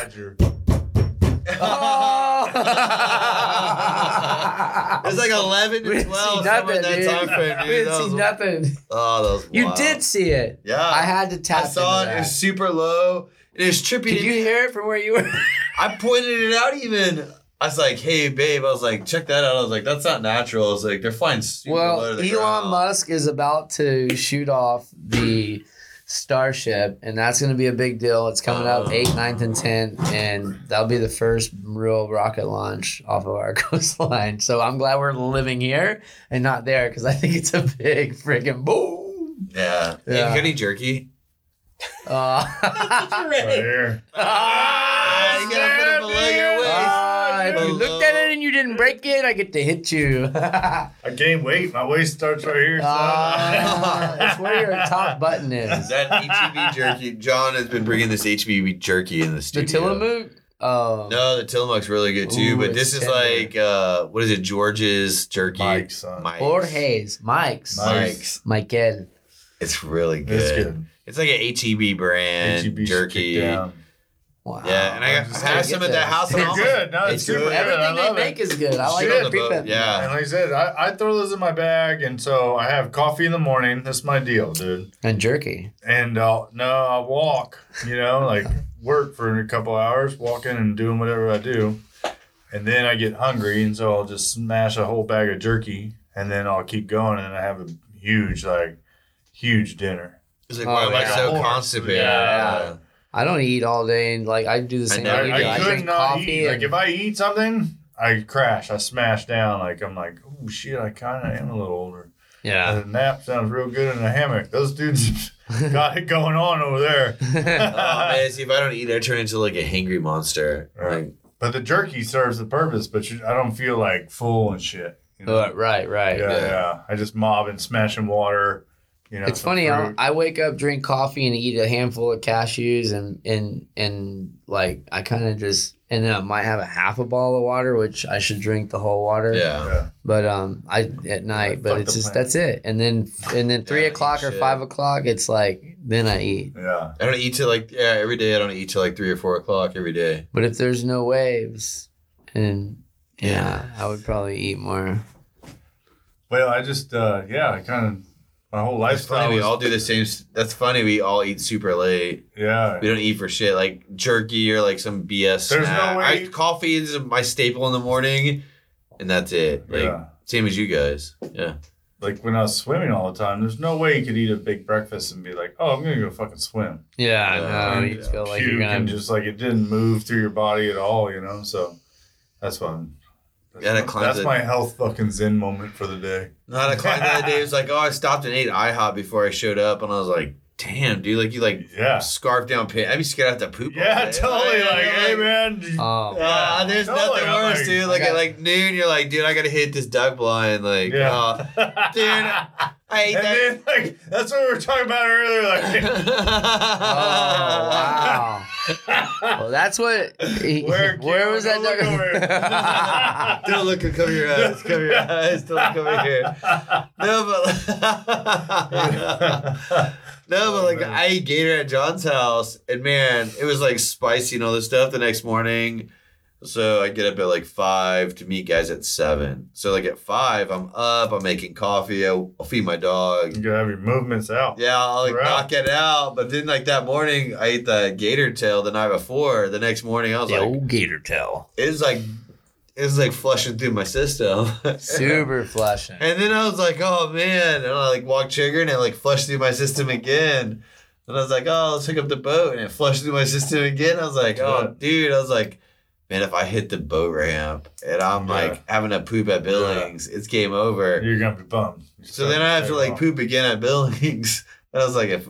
B: Badger.
C: Oh.
A: it was like 11
C: We
A: to
C: didn't see
A: 12 somewhere in
C: nothing,
A: that
C: dude.
A: time frame,
C: I
A: dude.
C: didn't
A: That
C: see
A: was-
C: nothing.
A: Oh, that was
C: You
A: wild.
C: did see it.
A: Yeah.
C: I had to tap.
A: I saw it.
C: into
A: It
C: that.
A: was super low. And it was trippy.
C: Could you hear it from where you were?
A: I pointed it out even. I was like, hey, babe. I was like, check that out. I was like, that's not natural. I was like, they're flying super low to
C: well,
A: the
C: Elon
A: ground.
C: Musk is about to shoot off the Starship, and that's going to be a big deal. It's coming up 8th, 9th, and 10th, and that'll be the first real rocket launch off of our coastline. So I'm glad we're living here and not there because I think it's a big freaking boom.
A: Yeah. Hey,
C: Yeah.
A: you got any jerky?
C: Uh,
B: Right here.
A: Ah, you gotta put it below your waist.
C: Ah, if you looked at it and you didn't break it, I get to hit you.
B: I gained weight. My waist starts right here. son.
C: Ah, it's where your top button
A: Is
C: is.
A: that HEB jerky? John has been bringing this HEB jerky in the
C: The
A: studio.
C: Tillamook? Oh,
A: No, the Tillamook's really good too,
C: Ooh,
A: but
C: it's
A: this is
C: tender.
A: like uh what is it? George's jerky.
B: Mike, son.
A: Mike's.
C: Borges, Mike's,
B: Mike.
A: Mike's.
C: Michael.
A: It's really good.
B: It's
A: It's,
B: good.
A: like an HEB brand
B: H-E-B should
A: jerky.
B: kick down.
C: Wow.
A: Yeah, and I,
B: I'm
A: got,
B: just
A: I had
C: gonna
A: some
C: get
A: at that
C: this.
A: house. And
B: They're
A: I'm like,
B: good. No, it's,
A: it's
B: super
A: good.
B: good. I
C: Everything they
B: love
C: make
B: it.
C: is good. I like
A: Shit on
C: the
A: the boat,
C: prepep.
A: yeah.
B: And like I said, I, I throw those in my bag, and so I have coffee in the morning. That's my deal, dude.
C: And jerky.
B: And uh, no, I walk. You know, like work for a couple hours, walking and doing whatever I do, and then I get hungry, and so I'll just smash a whole bag of jerky, and then I'll keep going, and I have a huge, like, huge dinner.
A: it's like,
C: Oh,
A: why am I
C: yeah.
A: so
B: Horse.
A: constipated?
B: Yeah.
A: Yeah.
C: I don't eat all day. and Like I do the same.
A: know.
C: thing.
A: you
B: I,
A: go.
B: I
A: I
B: could
C: drink
B: not
C: coffee
B: eat. Like
C: and-
B: if I eat something, I crash. I smash down. Like I'm like, oh shit, I kind of am a little older.
C: yeah.
B: And a nap sounds real good in a hammock. Those dudes got it going on over there.
A: Oh man, see if I don't eat, I turn into like a hangry monster.
B: Right.
A: Like,
B: But the jerky serves the purpose. But you, I don't feel like full and shit. You know?
C: But, right, right.
B: yeah, yeah, I just mob and smashing water. You know,
C: It's
B: some
C: funny. I,
B: fruit.
C: I wake up, drink coffee, and eat a handful of cashews, and and and like I kind of just and then I might have a half a bottle of water, which I should drink the whole water.
A: yeah.
C: But um, I at night, but
B: fuck
C: it's
B: the
C: just
B: planet.
C: that's it. And then and then three
A: Yeah,
C: o'clock
A: eat
C: or
A: shit.
C: five o'clock, it's like then I eat.
B: Yeah,
A: I don't eat till like yeah every day. I don't eat till like three or four o'clock every day.
C: But if there's no waves, and yeah, I would probably eat more.
B: well, I just uh, yeah, I kind of my whole
A: That's
B: lifestyle.
A: funny. We
B: was-
A: all do the same. s- That's funny. We all eat super late.
B: yeah,
A: We don't eat for shit like jerky or like some BS.
B: There's
A: snack.
B: no way-
A: I, coffee is my staple in the morning, and that's it. Like
B: yeah.
A: same as you guys. Yeah.
B: like when I was swimming all the time, there's no way you could eat a big breakfast and be like, oh, I'm gonna go fucking swim.
C: Yeah,
A: I
C: I
A: know.
C: know. You just feel like
B: Puke
C: you're
B: and
C: gonna.
B: just like it didn't move through your body at all, you know. So that's fun. That's,
A: Gotta
B: my,
A: cleanse
B: that's
A: it.
B: my health fucking zen moment for the day.
A: Not a client the other day was like, oh, I stopped and ate IHOP before I showed up, and I was like, damn, dude, like you like
B: Yeah.
A: scarf down pant. I'd be scared I have to poop. all
B: Yeah,
A: day.
B: totally. Like, hey man.
C: Oh,
A: Ah, there's
B: Totally,
A: nothing
B: I'm
A: worse,
B: like-
A: dude. Like
C: I got-
A: at like noon, you're like, dude, I gotta hit this duck blind. Like,
B: yeah.
A: oh, dude, I ate
B: and
A: that.
B: then like that's what we were talking about earlier. Like
C: Oh, wow. well, that's what.
B: Where-
C: Where, was that
B: don't look
C: duck?
A: Don't look cover your eyes. Cover your eyes. Don't look over here. No, but no, but like I ate gator at John's house, and man, it was like spicy and all this stuff the next morning. So I get up at like five to meet guys at seven. So like at five, I'm up. I'm making coffee. I'll, I'll feed my dog.
B: you gotta have your movements out.
A: Yeah, I'll like
B: Right.
A: knock it out. But then like that morning, I ate the gator tail the night before. The next morning, I was
C: the
A: like,
C: old gator tail.
A: it was like it was like flushing through my system.
C: Super flushing.
A: and then I was like, oh man, and I like walked trigger and it like flushed through my system again. And I was like, oh, let's hook up the boat, and it flushed through my system again. I was like, oh,
B: Right.
A: dude, I was like, man, if I hit the boat ramp and I'm
B: Yeah.
A: like having a poop at Billings, it's game over.
B: You're gonna be bummed.
A: So then I have to like poop again at Billings. And I was like, if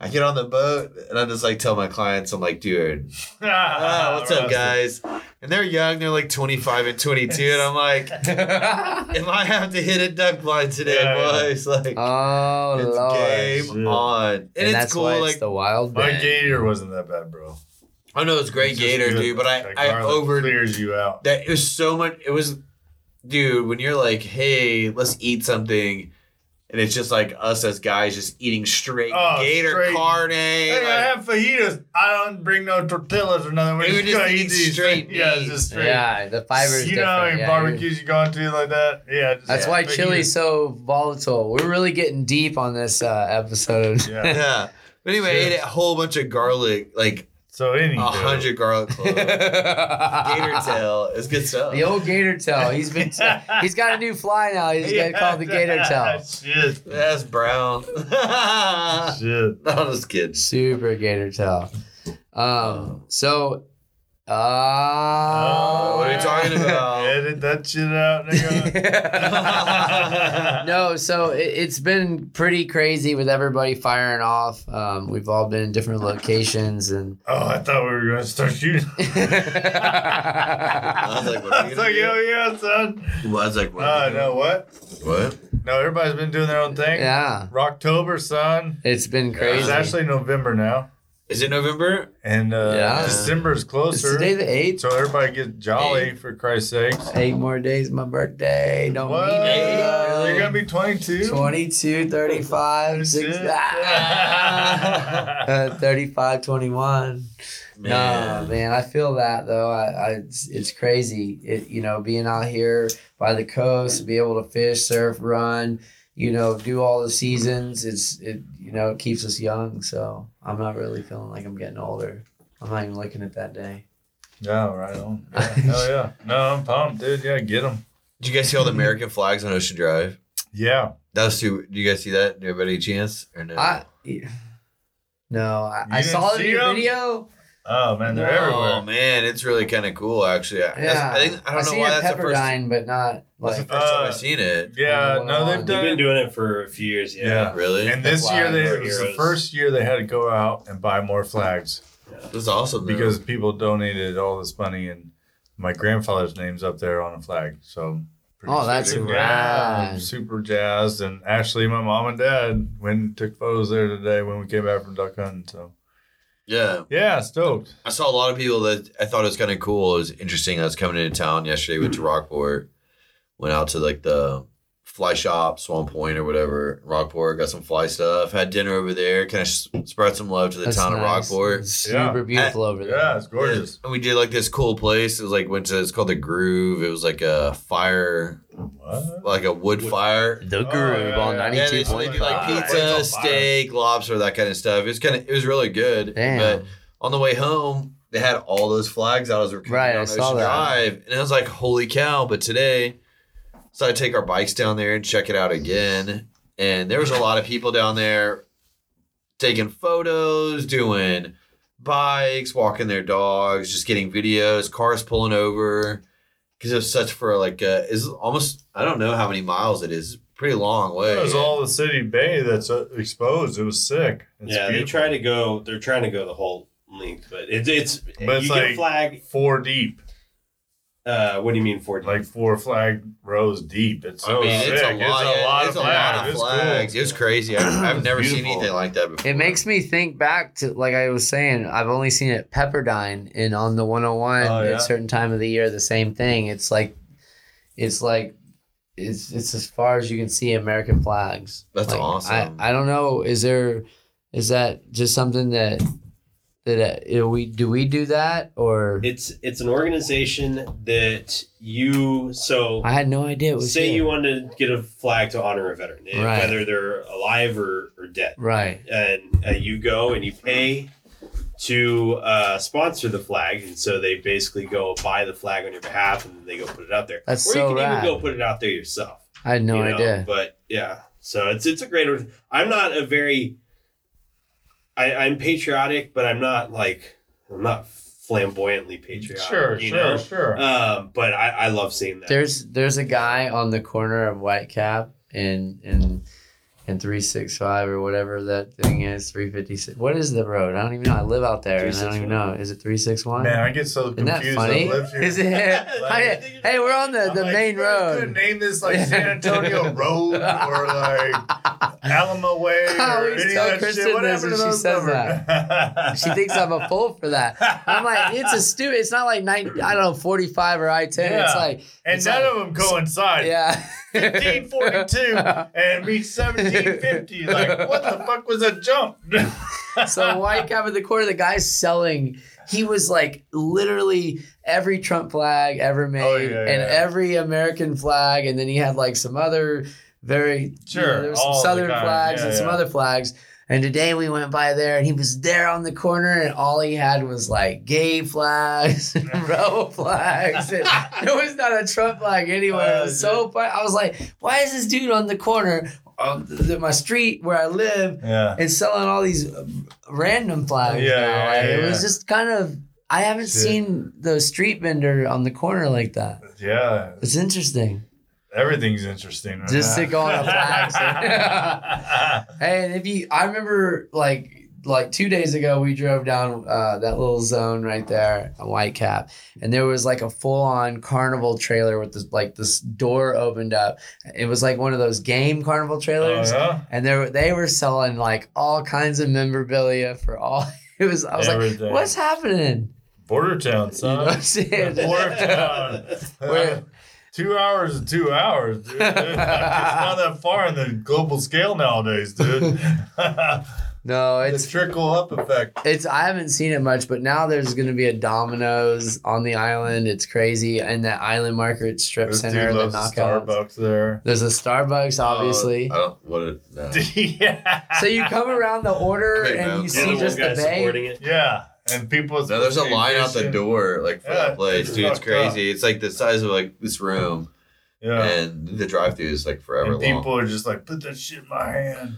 A: I get on the boat and I just like tell my clients, I'm like, dude, ah, what's up, guys? And they're young, they're like 25 and 22. And I'm like, if I have to hit a duck blind today,
B: Yeah, yeah.
A: boys, like,
C: oh
A: it's
C: lord.
A: game
B: Shit.
A: on. And,
C: And,
A: it's
C: that's
A: cool.
C: why
A: Like,
C: it's the wild
B: My
C: bang.
B: gator wasn't that bad, bro.
A: I know it's great
B: It's just
A: gator,
B: good.
A: dude, but I,
B: That
A: I
B: garlic
A: over
B: clears you out.
A: that. It was so much. It was, dude, when you're like, hey, let's eat something. And it's just like us as guys just eating straight
B: Oh,
A: gator
B: straight.
A: carne.
B: Hey,
A: like-
B: I have fajitas. I don't bring no tortillas or nothing. We're
A: We
B: just,
A: were just
B: gonna eat
A: eating
B: these
A: straight
B: things. Yeah,
A: meat.
B: it's just straight.
C: Yeah, the fibers.
B: you know how many
C: yeah,
B: barbecues you going to like that? Yeah. Just,
C: That's
B: yeah,
C: why
B: fajitas.
C: chili's so volatile. We're really getting deep on this uh, episode.
B: Yeah.
A: yeah. But anyway, I
B: Shit.
A: ate a whole bunch of garlic, like
B: So
A: A
B: anywho,
A: hundred garlic cloves. Gator
C: the
A: tail. It's good stuff.
C: old gator tail. He's been. he's got a new fly now. He's got called the gator tail.
B: Shit.
A: That's brown. no,
B: Shit.
A: I'm just kidding.
C: Super gator tail. Um. So. Uh,
A: what are you talking about?
B: Edit that shit out, nigga.
C: no, so it, it's been pretty crazy with everybody firing off. Um, we've all been in different locations and.
B: Oh, I thought we were gonna start shooting.
A: I was like, what
B: I
A: are
B: was
A: you
B: like, oh
A: gonna
B: yeah, son.
A: do? Well, I was like, what?
B: Uh,
A: are you
B: no, what?
A: gonna- What?
B: No, everybody's been doing their own thing.
C: yeah,
B: Rocktober, son.
C: it's been
B: It's
C: crazy.
B: actually November now,
A: Is it November?
B: and uh,
C: Yeah.
B: December is
C: It's
B: closer.
C: today the eighth.
B: so everybody get jolly for Christ's sakes.
C: Eight more days, my birthday. Don't
B: What?
C: mean it.
A: Hey,
B: You're gonna be 22.
C: 22, 35, 6, ah, uh, 35, 21. No, man, I feel that though. I, I it's, it's crazy. It, you know, being out here by the coast, be able to fish, surf, run, you know, do all the seasons. It's it, you know, it keeps us young. So I'm not really feeling like I'm getting older. I'm not even looking at that day.
B: Yeah, right on. Yeah, hell yeah. No, I'm pumped, dude. Yeah, get them.
A: Did you guys see all the American flags on Ocean Drive?
B: Yeah.
A: That was too. Do you guys see that? Did everybody get a chance or no?
C: I, yeah. no, I,
B: You
C: I
B: didn't
C: saw it in
B: see
C: your
B: 'em?
C: video.
B: Oh man, they're
C: No.
A: oh
B: everywhere.
A: man, it's really kind of cool actually. I- that's-
C: Yeah,
A: I think I don't know
C: seen
A: why
C: it in
A: that's the first.
C: Pepperdine, but not
A: That's the
C: like.
A: first time
B: Uh,
A: I've seen it.
B: Yeah. No, they've
C: They've
D: They've been
B: done.
D: doing it for a few years.
B: Yeah.
D: Yeah.
A: Really?
B: And
A: And
B: this year,
C: Flag
B: they,
D: or
B: it was the
D: heroes.
B: first year they had to go out and buy more flags.
A: this is awesome though.
B: because people donated all this money and my grandfather's name's up there on a flag. So pretty
C: Oh, that's
B: stoked.
C: rad.
B: I'm super jazzed. And actually, my mom and dad went and took photos there today when we came back from duck hunting. So
A: yeah,
B: yeah, stoked.
A: I saw a lot of people that I thought it was kind of cool. It was interesting. I was coming into town yesterday. Went to Rockport, went out to like the fly shop, Swan Point or whatever, Rockport. Got some fly stuff. Had dinner over there. Kind of s- spread some love to the
C: That's
A: town of
C: nice.
A: Rockport.
C: It's Super
B: Yeah.
C: beautiful over there.
B: Yeah, it's gorgeous.
A: And we did like this cool place. It was like went to it's called the Groove. It was like a fire,
B: What?
A: like a wood,
D: Wood-
A: fire.
C: The
B: Oh,
C: Groove
B: yeah,
C: on
B: yeah,
A: Yeah, they,
C: 92.5.
A: they do like
B: Fire.
A: pizza,
B: Fire.
A: steak, lobster, that kind of stuff. It was kind of it was really good.
C: Damn.
A: But on the way home, they had all those flags out as we're coming
C: Right,
A: down
C: I
A: Ocean
C: saw that.
A: Drive, and I was like, holy cow! But today, so I take our bikes down there and check it out again, and there was a lot of people down there taking photos, doing bikes, walking their dogs, just getting videos, cars pulling over. Because it was such for like uh is almost I don't know how many miles it is, pretty long way.
B: It was all the city bay that's uh, exposed. It was sick. It's
D: yeah, they
B: beautiful.
D: try to go. They're trying to go the whole length, but it's it's.
B: it's
D: you
B: like-
D: get flag.
B: four deep,
D: Uh, what do you mean for
B: like four flag rows deep. It's so
A: I mean,
B: sick.
A: it's a lot. yeah,
B: of flags. It's cool.
A: flags. It was crazy. I, I've
B: It's
A: never seen
B: beautiful.
A: anything like that before.
C: It makes me think back to like I was saying, I've only seen it at Pepperdine and on the 101
B: Oh, yeah.
C: at certain time of the year the same thing. It's like it's like it's it's as far as you can see American flags.
A: That's
C: Like,
A: awesome.
C: I, I don't know, is there is that just something that that uh, we do we do that or
D: It's it's an organization that you so
C: I had no idea it was
D: say
C: here.
D: you want to get a flag to honor a veteran, eh,
C: Right.
D: whether they're alive or, or dead,
C: Right.
D: and uh, you go and you pay to uh, sponsor the flag, and so they basically go buy the flag on your behalf, and then they go put it out there.
C: That's
D: or
C: so
D: you can
C: rad.
D: even go put it out there yourself.
C: I had no
D: you know,
C: idea.
D: But yeah, so it's it's a great. org- I'm not a very. I, I'm patriotic, but I'm not like I'm not flamboyantly patriotic.
B: Sure,
D: you
B: sure,
D: know?
B: sure.
D: Um, but I, I love seeing that.
C: There's there's a guy on the corner of Whitecap and and and three six five or whatever that thing is three fifty six. What is the road? I don't even know. I live out there and I don't even know. Is it three six one?
B: Man,
C: Isn't
B: I get so confused.
C: that
B: I
C: funny?
B: live here.
C: Is it? I- hey, we're on the,
B: I'm
C: the
B: like,
C: main
B: "You Could
C: road.
B: name this like San Antonio Road or like Alamo Way or
C: Oh, we used to
B: any
C: tell
B: of that
C: Kristen
B: shit. What
C: this
B: happened to
C: when she
B: those
C: says
B: numbers?
C: She thinks I'm a fool for that. I'm like, it's a stupid. It's not like nine. I don't know, forty five or I ten. It's
B: Yeah.
C: like,
B: and
C: it's
B: none
C: like-
B: of them coincide.
C: yeah.
B: 1542 and reach 1750. Like, what the fuck was that jump?
C: So White Cap at the corner, the guy's selling. He was like literally every Trump flag ever made
B: Oh, yeah, yeah,
C: and
B: yeah.
C: every American flag, and then he had like some other very
B: Sure,
C: there was some
B: all the
C: Southern
B: kind,
C: flags
B: yeah,
C: and some
B: yeah.
C: other flags. And today we went by there and he was there on the corner and all he had was like gay flags and rebel flags. And there was not a Trump flag anywhere.
B: Oh,
C: It was so fun. I was like, why is this dude on the corner of th- my street where I live
B: Yeah.
C: and selling all these uh, random flags?
B: Yeah,
C: now?"
B: yeah,
C: Like,
B: yeah,
C: It
B: yeah.
C: was just kind of, I haven't
B: Shit.
C: seen the street vendor on the corner like that.
B: Yeah.
C: It's interesting.
B: Everything's interesting. right
C: Just
B: now.
C: to go on a flag. And if you, I remember like like two days ago, we drove down uh, that little zone right there, a white cap, and there was like a full on carnival trailer with this like this door opened up. It was like one of those game carnival
B: oh,
C: trailers,
B: yeah?
C: and they were they were selling like all kinds of memorabilia for all. It was I was
B: Everything.
C: like, what's happening?
B: Border town,
C: You know what
B: son.
C: I'm saying?
B: Border town.
C: Where-
B: two hours and two hours, dude. it's not that far in the global scale nowadays, dude.
C: No,
B: it's
C: it's
B: trickle up effect.
C: It's I haven't seen it much, but now there's going to be a Domino's on the island. It's crazy, and that Island Market Strip
B: This dude
C: Center, the
B: loves
C: knockout.
B: Starbucks there.
C: There's a Starbucks, Oh,
A: Oh.
C: obviously.
A: I don't. What? A, no.
B: yeah.
C: so you come around the order
A: Hey, man.
C: and you
A: Yeah,
D: You're
C: see
D: the
C: just
D: one guy
C: the bay.
D: supporting it.
B: Yeah. And people.
A: No, there's a line out the door, like for
B: Yeah,
A: that place,
B: it's
A: dude. It's
B: fucked up.
A: crazy. It's like the size of like this room,
B: Yeah.
A: and the drive-through is like forever
B: And
A: long.
B: people are just like, put that shit in my hand.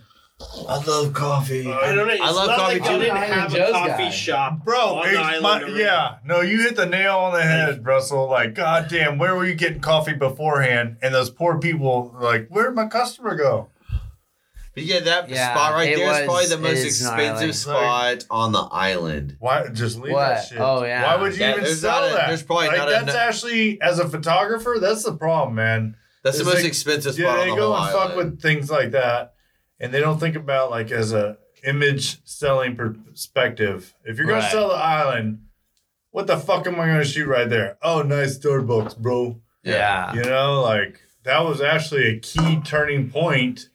A: I love coffee.
B: Uh,
D: I don't know. It's
A: I love
D: not
A: coffee
D: like you
A: too.
D: didn't
C: I'm
D: have
C: Joe's
D: a coffee
C: guy.
D: shop,
B: Bro,
D: on the
B: it's
D: island
B: my-
D: already.
B: yeah, no, you hit the nail on the head, Russell. Like, goddamn, where were you getting coffee beforehand? And those poor people, like, where'd my customer go?
A: But yeah, that
C: Yeah,
A: spot right
C: it
A: there is probably
C: was-
A: the most
C: it is not
A: expensive
B: like-
A: spot on the island.
B: Why just leave
C: What?
B: that shit?
C: Oh, yeah.
B: Why would you
A: Yeah,
B: even
A: there's
B: sell
A: not a-
B: that?
A: there's probably
B: like,
A: not a-
B: that's actually as a photographer, that's the problem, man.
A: That's
B: It's
A: the most
B: like-
A: expensive spot
B: yeah,
A: on
B: they
A: the
B: go
A: whole
B: and
A: island.
B: fuck with things like that, and they don't think about like as a image selling per- perspective. If you're gonna
C: Right.
B: sell the island, what the fuck am I gonna shoot right there? Oh, nice door box, bro.
C: Yeah.
B: You know, like that was actually a key turning point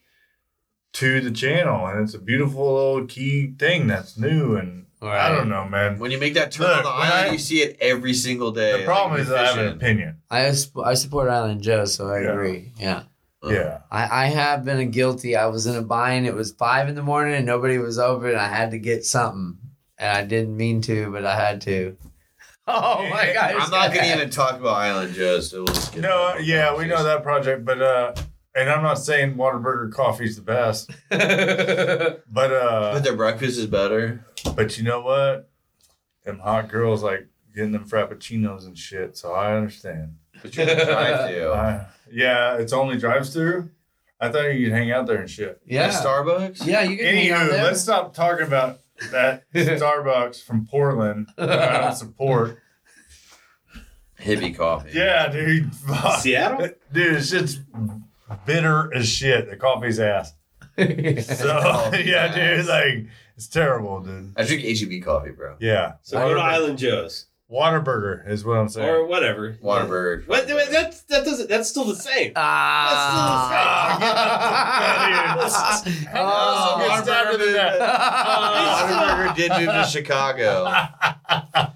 B: to the channel, and it's a beautiful little key thing that's new. And I
C: Right.
B: don't know, man.
A: When you make that turn on
B: Look,
A: the
B: when
A: island,
B: I-
A: you see it every single day.
B: The problem
A: like,
B: is
A: you're
B: I have an
A: fishing.
B: opinion.
C: I sp- I support Island Joe, so I
B: Yeah.
C: agree. Yeah.
A: Uh,
B: Yeah.
C: I, I have been a guilty. I was in a bind. It was five in the morning and nobody was open. I had to get something, and I didn't mean to, but I had to. Oh my god!
A: I'm not gonna even talk about Island Joe's. So we'll just get
B: No,
A: that over
B: yeah,
A: with.
B: we know that project, but uh and I'm not saying Waterburger coffee's the best,
C: even.
B: but
A: But
B: uh
A: their breakfast is better.
B: but you know what? Them hot girls like getting them frappuccinos and shit, so I understand.
A: But you're gonna drive through.
B: Uh, yeah, it's only drives through. I thought you could hang out there and shit.
A: At
C: yeah.
A: Starbucks?
C: Yeah, you can hang out
B: Anywho,
C: there.
B: let's stop talking about that Starbucks from Portland. that I don't support.
A: Hippie coffee.
B: Yeah, dude. Fuck.
D: Seattle?
B: Dude, it's just bitter as shit. The coffee's ass.
C: Oh,
B: So
A: Coffee's
B: yeah,
A: ass.
B: dude, like it's terrible, dude.
A: I drink HEB coffee, bro.
B: Yeah.
D: So go to Island Joe's
B: Waterburger is what I'm
D: or
B: saying.
D: whatever.
A: Waterburger.
D: What? Wait, that's that doesn't. That's still the same.
C: Ah.
B: That's
C: Oh,
B: Get stabbed in the neck.
A: Waterburger did move to Chicago.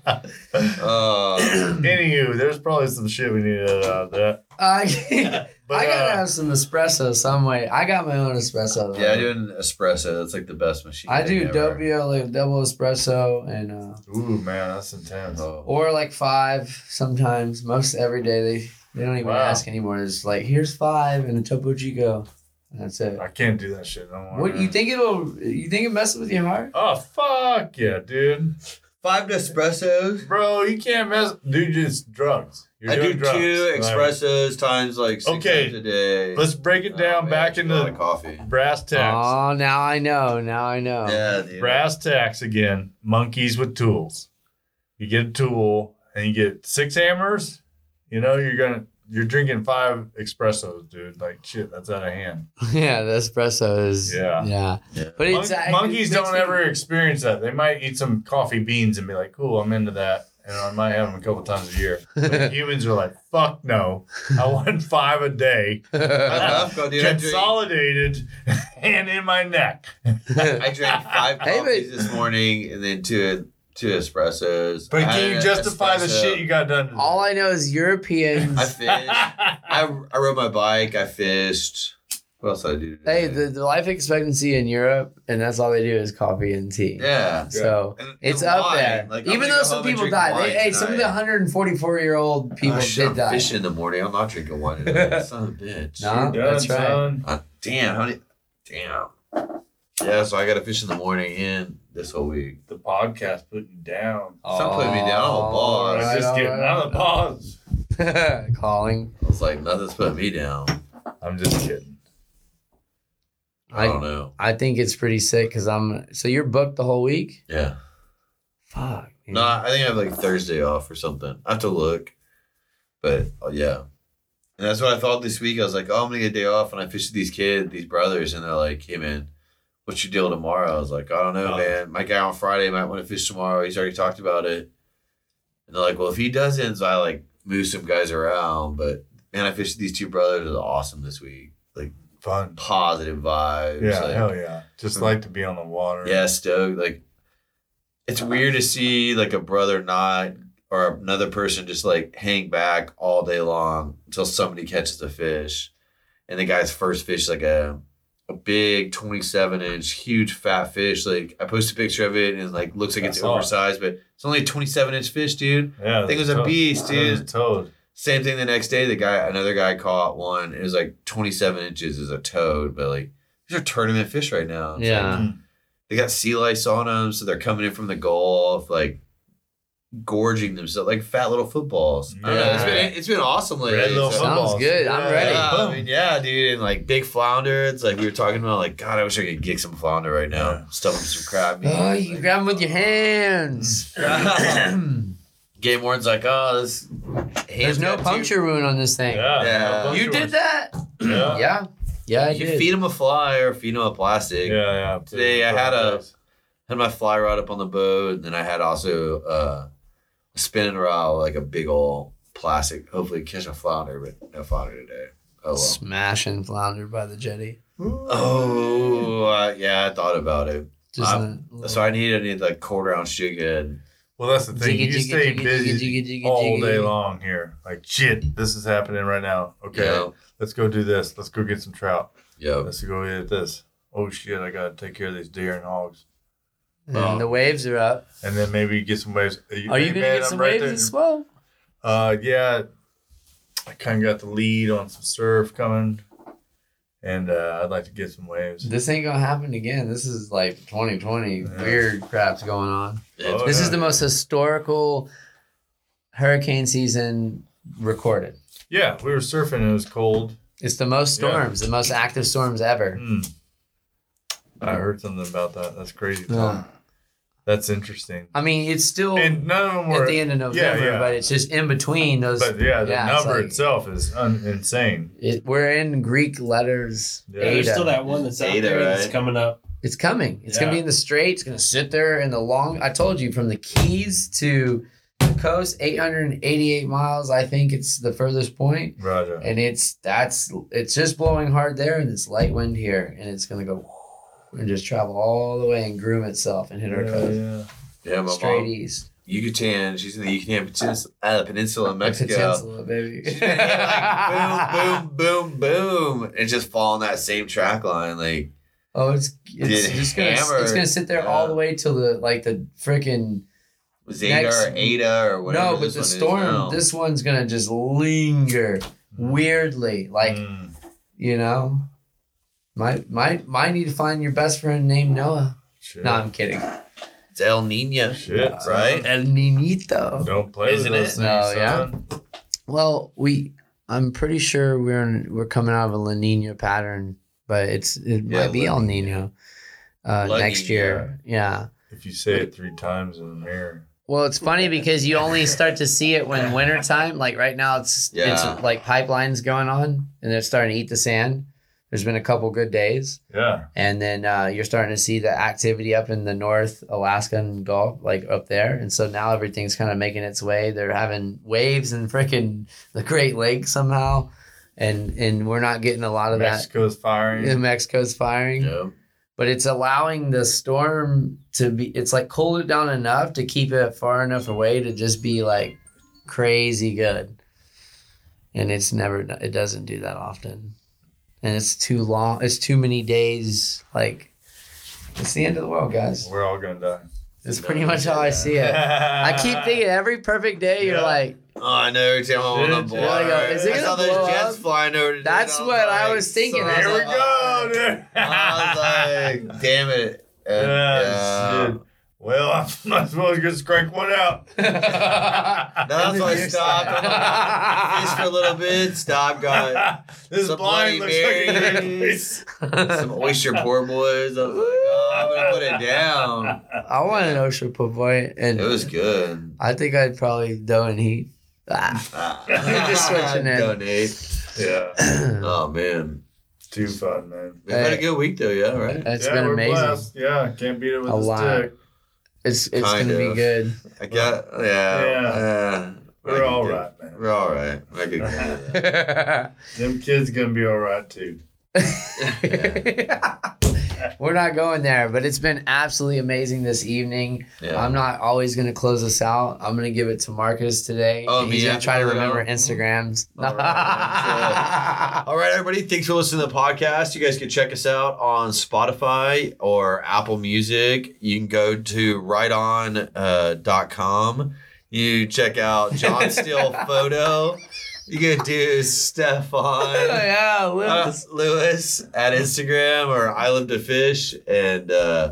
A: Uh,
B: Anywho, there's probably some shit we need to edit out of that.
C: I,
B: But
C: I gotta
B: uh,
C: have some espresso some way. I got my own espresso. though.
A: yeah, I do an espresso. That's like the best machine.
C: I do
A: ever.
C: Doppio like double espresso and uh,
B: ooh man, that's intense.
A: Oh.
C: or like five sometimes. Most every day they they don't even
B: Wow.
C: ask anymore. It's like here's five and a Topo Chico. And that's it.
B: I can't do that shit. I don't wanna-
C: What you think it'll? You think it messes with your heart?
B: Oh fuck yeah, dude.
A: Five Nespressos.
B: Bro, you can't mess dude it's drugs. You're
A: I do
B: doing drugs.
A: two
B: Like,
A: espressos times like six
B: Okay,
A: times a day.
B: Let's break it down
A: Oh, man,
B: back
A: it's a lot of
B: into
A: coffee.
B: brass tacks.
C: Oh, now I know. Now I know.
A: Yeah, dude.
B: Brass tacks again. Monkeys with tools. You get a tool and you get six hammers. You know you're gonna you're drinking five espressos, dude. Like shit, that's out of hand.
C: Yeah, the espresso is.
B: Yeah.
C: Yeah.
A: Yeah.
C: But
B: Mon-
C: it's I- it
B: monkeys
C: makes
B: don't
C: me-
B: ever experience that. They might eat some coffee beans and be like, "Cool, I'm into that," and I might have them a couple times a year. But humans are like, "Fuck no, I want five a day,
A: I love coffee, dude. I drink,
B: consolidated, and in my neck."
A: I drank five
C: Hey, but-
A: coffees this morning and then two two espressos.
B: But
A: I had
B: can you
A: an
B: justify the
A: espresso.
B: shit you got done? today?
C: All I know is Europeans.
A: I fished. I, I rode my bike. I fished. What else did I do?
C: Hey,
A: today?
C: the, the life expectancy in Europe, and that's all they do is coffee and tea.
A: yeah.
C: So
A: And-
C: it's
A: and
C: up
A: wine.
C: there.
A: Like, I'm
C: Even
A: gonna
C: though
A: go
C: some
A: home and
C: people
A: drink
C: died,
A: wine
C: They- hey, some of the
A: tonight.
C: 144 year old people
A: Oh, shit,
C: did
A: I'm
C: die.
A: fishing in the morning. I'm not drinking wine. Today. Son of a bitch.
C: No,
B: Done,
C: that's right.
B: son.
A: Uh, damn. How many? Damn. Yeah, so I got to fish in the morning and this whole week.
B: The podcast putting down.
A: Stop putting me down. I'm a
C: Oh,
B: I
A: boss.
B: was
C: Alright,
B: just getting
C: alright.
B: out of the pause.
C: Calling.
A: I was like, nothing's putting me down.
B: I'm just kidding.
A: I,
C: I-
A: don't know.
C: I think it's pretty sick because I'm. So you're booked the whole week?
A: Yeah.
C: Fuck. man.
A: No, I think I have like Thursday off or something. I have to look. But uh, yeah. And that's what I thought this week. I was like, oh, I'm going to get a day off. And I fished with these kids, these brothers. And they're like, hey, man, what's your deal tomorrow? I was like, I don't know,
D: Oh.
A: man. My guy on Friday might want to fish tomorrow. He's already talked about it. And they're like, well, if he doesn't, so I like move some guys around. But man, I fished with these two brothers. It was awesome this week.
B: Fun.
A: Positive vibes.
B: Yeah,
A: like-
B: hell yeah. Just like to be on the water.
A: Yeah, stoked. Like, it's weird to see like a brother not or another person just like hang back all day long until somebody catches a fish, and the guy's first fish is, like a a big twenty seven inch huge fat fish. Like I posted a picture of it and like looks like
B: I
A: it's
B: saw it.
A: oversized, but it's only a twenty seven inch fish, dude.
B: Yeah.
A: I think it was a
B: toad.
A: beast,
B: It was a
A: dude.
B: toad.
A: Same thing the next day. The guy, another guy caught one. It was like twenty seven inches is a toad, but like these are tournament fish right now. It's, like,
C: Yeah.
B: Mm.
A: they got sea lice on them, so they're coming in from the Gulf, like gorging themselves, like fat little footballs. I don't know. It's been it's been awesome lately.
B: Red little
A: so-
C: Sounds
B: footballs.
C: good. I'm ready.
A: Yeah, I
B: Boom.
A: mean, yeah, dude, and like big flounder. It's like we were talking about, like God, I wish I could get some flounder right now.
B: Yeah.
A: Stuff 'em some crab meat.
C: Oh, you
A: Like,
C: grab them with your hands. There's
A: Game warden's like, oh, this. hand's
C: no
A: got two-
C: puncture wound on this thing.
B: Yeah.
A: Yeah.
B: bunch
C: You
B: of
C: did that?
B: them. Yeah. Yeah.
C: Yeah. Yeah, I
A: You
C: did.
A: feed them a fly or feed them a plastic.
B: yeah.
A: Today I had a- had my fly rod up on the boat, and then I had also uh, a spinning rod, with, like a big old plastic. Hopefully, catch a flounder, but no flounder today. Oh well.
C: Smashing flounder by the jetty.
A: Oh uh, yeah, I thought about it.
C: Just
A: Uh,
C: a little-
A: So I need I need like quarter ounce jigga. and-
B: Well, that's the thing.
C: Jiggy,
B: You
C: jiggy,
B: stay
C: jiggy,
B: busy
C: jiggy, jiggy,
B: all
C: jiggy.
B: day long here. Like shit, this is happening right now. Okay,
A: Yep.
B: let's go do this. Let's go get some trout.
A: Yep.
B: Let's go get this. Oh shit, I gotta take care of these deer and hogs,
C: And the waves are up.
B: and then maybe get some waves.
C: Are you
B: hey,
C: gonna
B: man,
C: get
B: I'm
C: some
B: right
C: waves
B: there.
C: as well?
B: Uh, yeah, I kind of got the lead on some surf coming, and uh, I'd like to get some waves.
C: This ain't gonna happen again. This is like 2020.
B: Yeah.
C: Weird crap's going on.
A: It's-
B: Oh,
C: this
B: yeah.
C: is the most historical hurricane season recorded.
B: Yeah, we were surfing. and It was cold.
C: It's the most
B: Yeah.
C: storms, the most active storms ever.
B: Hmm. I heard something about that. That's crazy.
C: Yeah.
B: That's interesting.
C: I mean, it's still
B: And none of them were
C: Oh, at the end of November,
B: yeah.
C: but it's just in between those.
B: But yeah, the
C: Yeah, it's
B: number
C: like-
B: itself is un- insane.
C: It, we're in Greek letters.
B: Yeah.
D: There's
C: Ada.
D: still that one that's out
A: Ada,
D: there that's
A: right?
D: coming up.
C: It's coming. It's gonna
D: Yeah.
C: be in the strait. It's gonna sit there in the long. I told you from the Keys to the coast, 888 miles. I think it's the furthest point,
B: Roger.
C: and it's that's it's just blowing hard there, and it's light wind here, and it's gonna go and just travel all the way and groom itself and hit our
B: yeah,
C: coast
B: yeah.
A: Yeah, my
C: straight
A: mom.
C: east.
A: Yucatan. She's in the Yucatan Peninsula, uh, Peninsula in Mexico.
C: Peninsula, baby.
A: She's been hitting, like, boom, boom, boom, boom, and just following that same track line. Like
C: Oh, it's it's
A: Dude,
C: just gonna it's
A: hammered.
C: gonna sit there all
A: Yeah.
C: the way till the like the freaking
A: Zeta
C: Next-
A: or Ada or whatever.
C: No,
A: this
C: but the
A: one is
C: storm,
A: now. Mm.
C: this one's gonna just linger weirdly. Like,
B: Mm.
C: you know, might might might need to find your best friend named Noah.
B: Shit.
C: No, I'm kidding.
A: it's El Nino.
B: Shit,
A: Right?
C: El Ninito.
B: Don't play
A: Isn't
B: with
A: it?
B: those things,
C: No, yeah.
B: son.
C: Well, we I'm pretty sure we're in, we're coming out of a La Nina pattern, but it's it
A: Yeah,
C: might be
A: La
C: El
A: Niña.
C: Nino uh,
A: La
C: next
A: Niña.
C: year. Yeah.
B: If you say it three times in the mirror.
C: Well, it's funny because you only start to see it when wintertime. Like right now, it's
A: Yeah.
C: it's like pipelines going on, and they're starting to eat the sand. There's been a couple good days,
B: Yeah.
C: and then uh, you're starting to see the activity up in the North Alaska and Gulf, like up there. And so now everything's kind of making its way. They're having waves in freaking the Great Lakes somehow, and and we're not getting a lot of
B: Mexico's
C: that.
B: firing.
C: Yeah, Mexico's firing
A: Yeah.
C: but it's allowing the storm to be it's like cooled it down enough to keep it far enough away to just be like crazy good and it's never it doesn't do that often and it's too long. It's too many days. Like it's the end of the world, guys.
B: We're all gonna die.
C: That's pretty much how I see it. I keep thinking every perfect day you're
B: Yeah.
C: like,
A: Oh, I know. Every time I'm on
B: Dude,
A: the
B: yeah.
A: board,
B: Like,
C: is it
A: I
C: gonna
A: saw
C: blow
A: those jets
C: up?
A: flying over. Today,
C: That's
A: and
C: what I
A: like,
C: was thinking.
A: son
C: I
A: of
B: Here
C: was
A: a-
B: we
C: like, "Oh,
B: go, dude.
A: I was like, damn it. And, uh,
B: Yeah,
A: yeah.
B: shit. Well, I might as well just crank one out.
A: No, that's why I stopped. I'm like, Fish for a little bit. Stop, guys.
B: this
A: Some
B: blind looks
A: Bloody
B: like a
A: Marys.
B: great place.
A: Some oyster poor boys. I was like, oh, I'm gonna put it down.
C: I want an Osha Pavoy, and
A: It was good.
C: I think I'd probably dough and heat. Ah.
A: Ah.
C: Just switching in.
A: Donate.
B: Yeah,
A: Oh man,
B: too fun, man.
A: it's been
C: Hey.
A: a good week though. Yeah, right.
C: It's
B: yeah,
C: been
B: we're
C: amazing.
B: Blessed. Yeah, can't beat it with
C: A
B: a,
C: lot.
B: stick.
C: It's it's
A: Kind
C: gonna be
A: of.
C: good.
A: I got. Yeah. yeah. I
B: We're
A: can
B: all
A: do-
B: right, man.
A: We're all right. I could.
B: Them kids gonna be all right too.
C: We're not going there, but it's been absolutely amazing this evening.
A: Yeah.
C: I'm not always going to close us out. I'm going to give it to Marcus today.
A: Oh,
C: and
A: me
C: he's going to
A: after
C: try to
A: close it
C: remember
A: out?
C: Instagrams.
A: All All right, everybody. Thanks for listening to the podcast. You guys can check us out on Spotify or Apple Music. You can go to righton.com. Uh, dot com. you check out John Steele photo. You can do Stefan
C: Oh, yeah,
A: uh,
C: Liz.
A: Lewis at Instagram or I Live to Fish. And uh,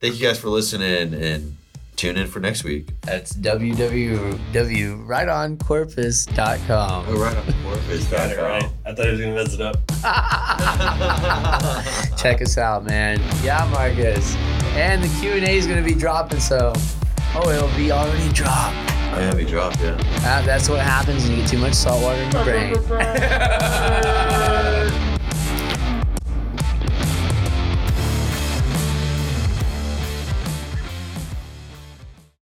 A: thank you guys for listening and tune in for next week.
C: That's www.rightoncorpus.com.
A: Oh, right on Corpus.
D: Got it right. I thought he was gonna mess it up.
C: check us out, man. Yeah, Marcus. And the Q and A is gonna be dropping, so oh, it'll be already dropped.
A: I have you dropped, yeah.
C: Ah, that's what happens when you get too much salt water in your brain.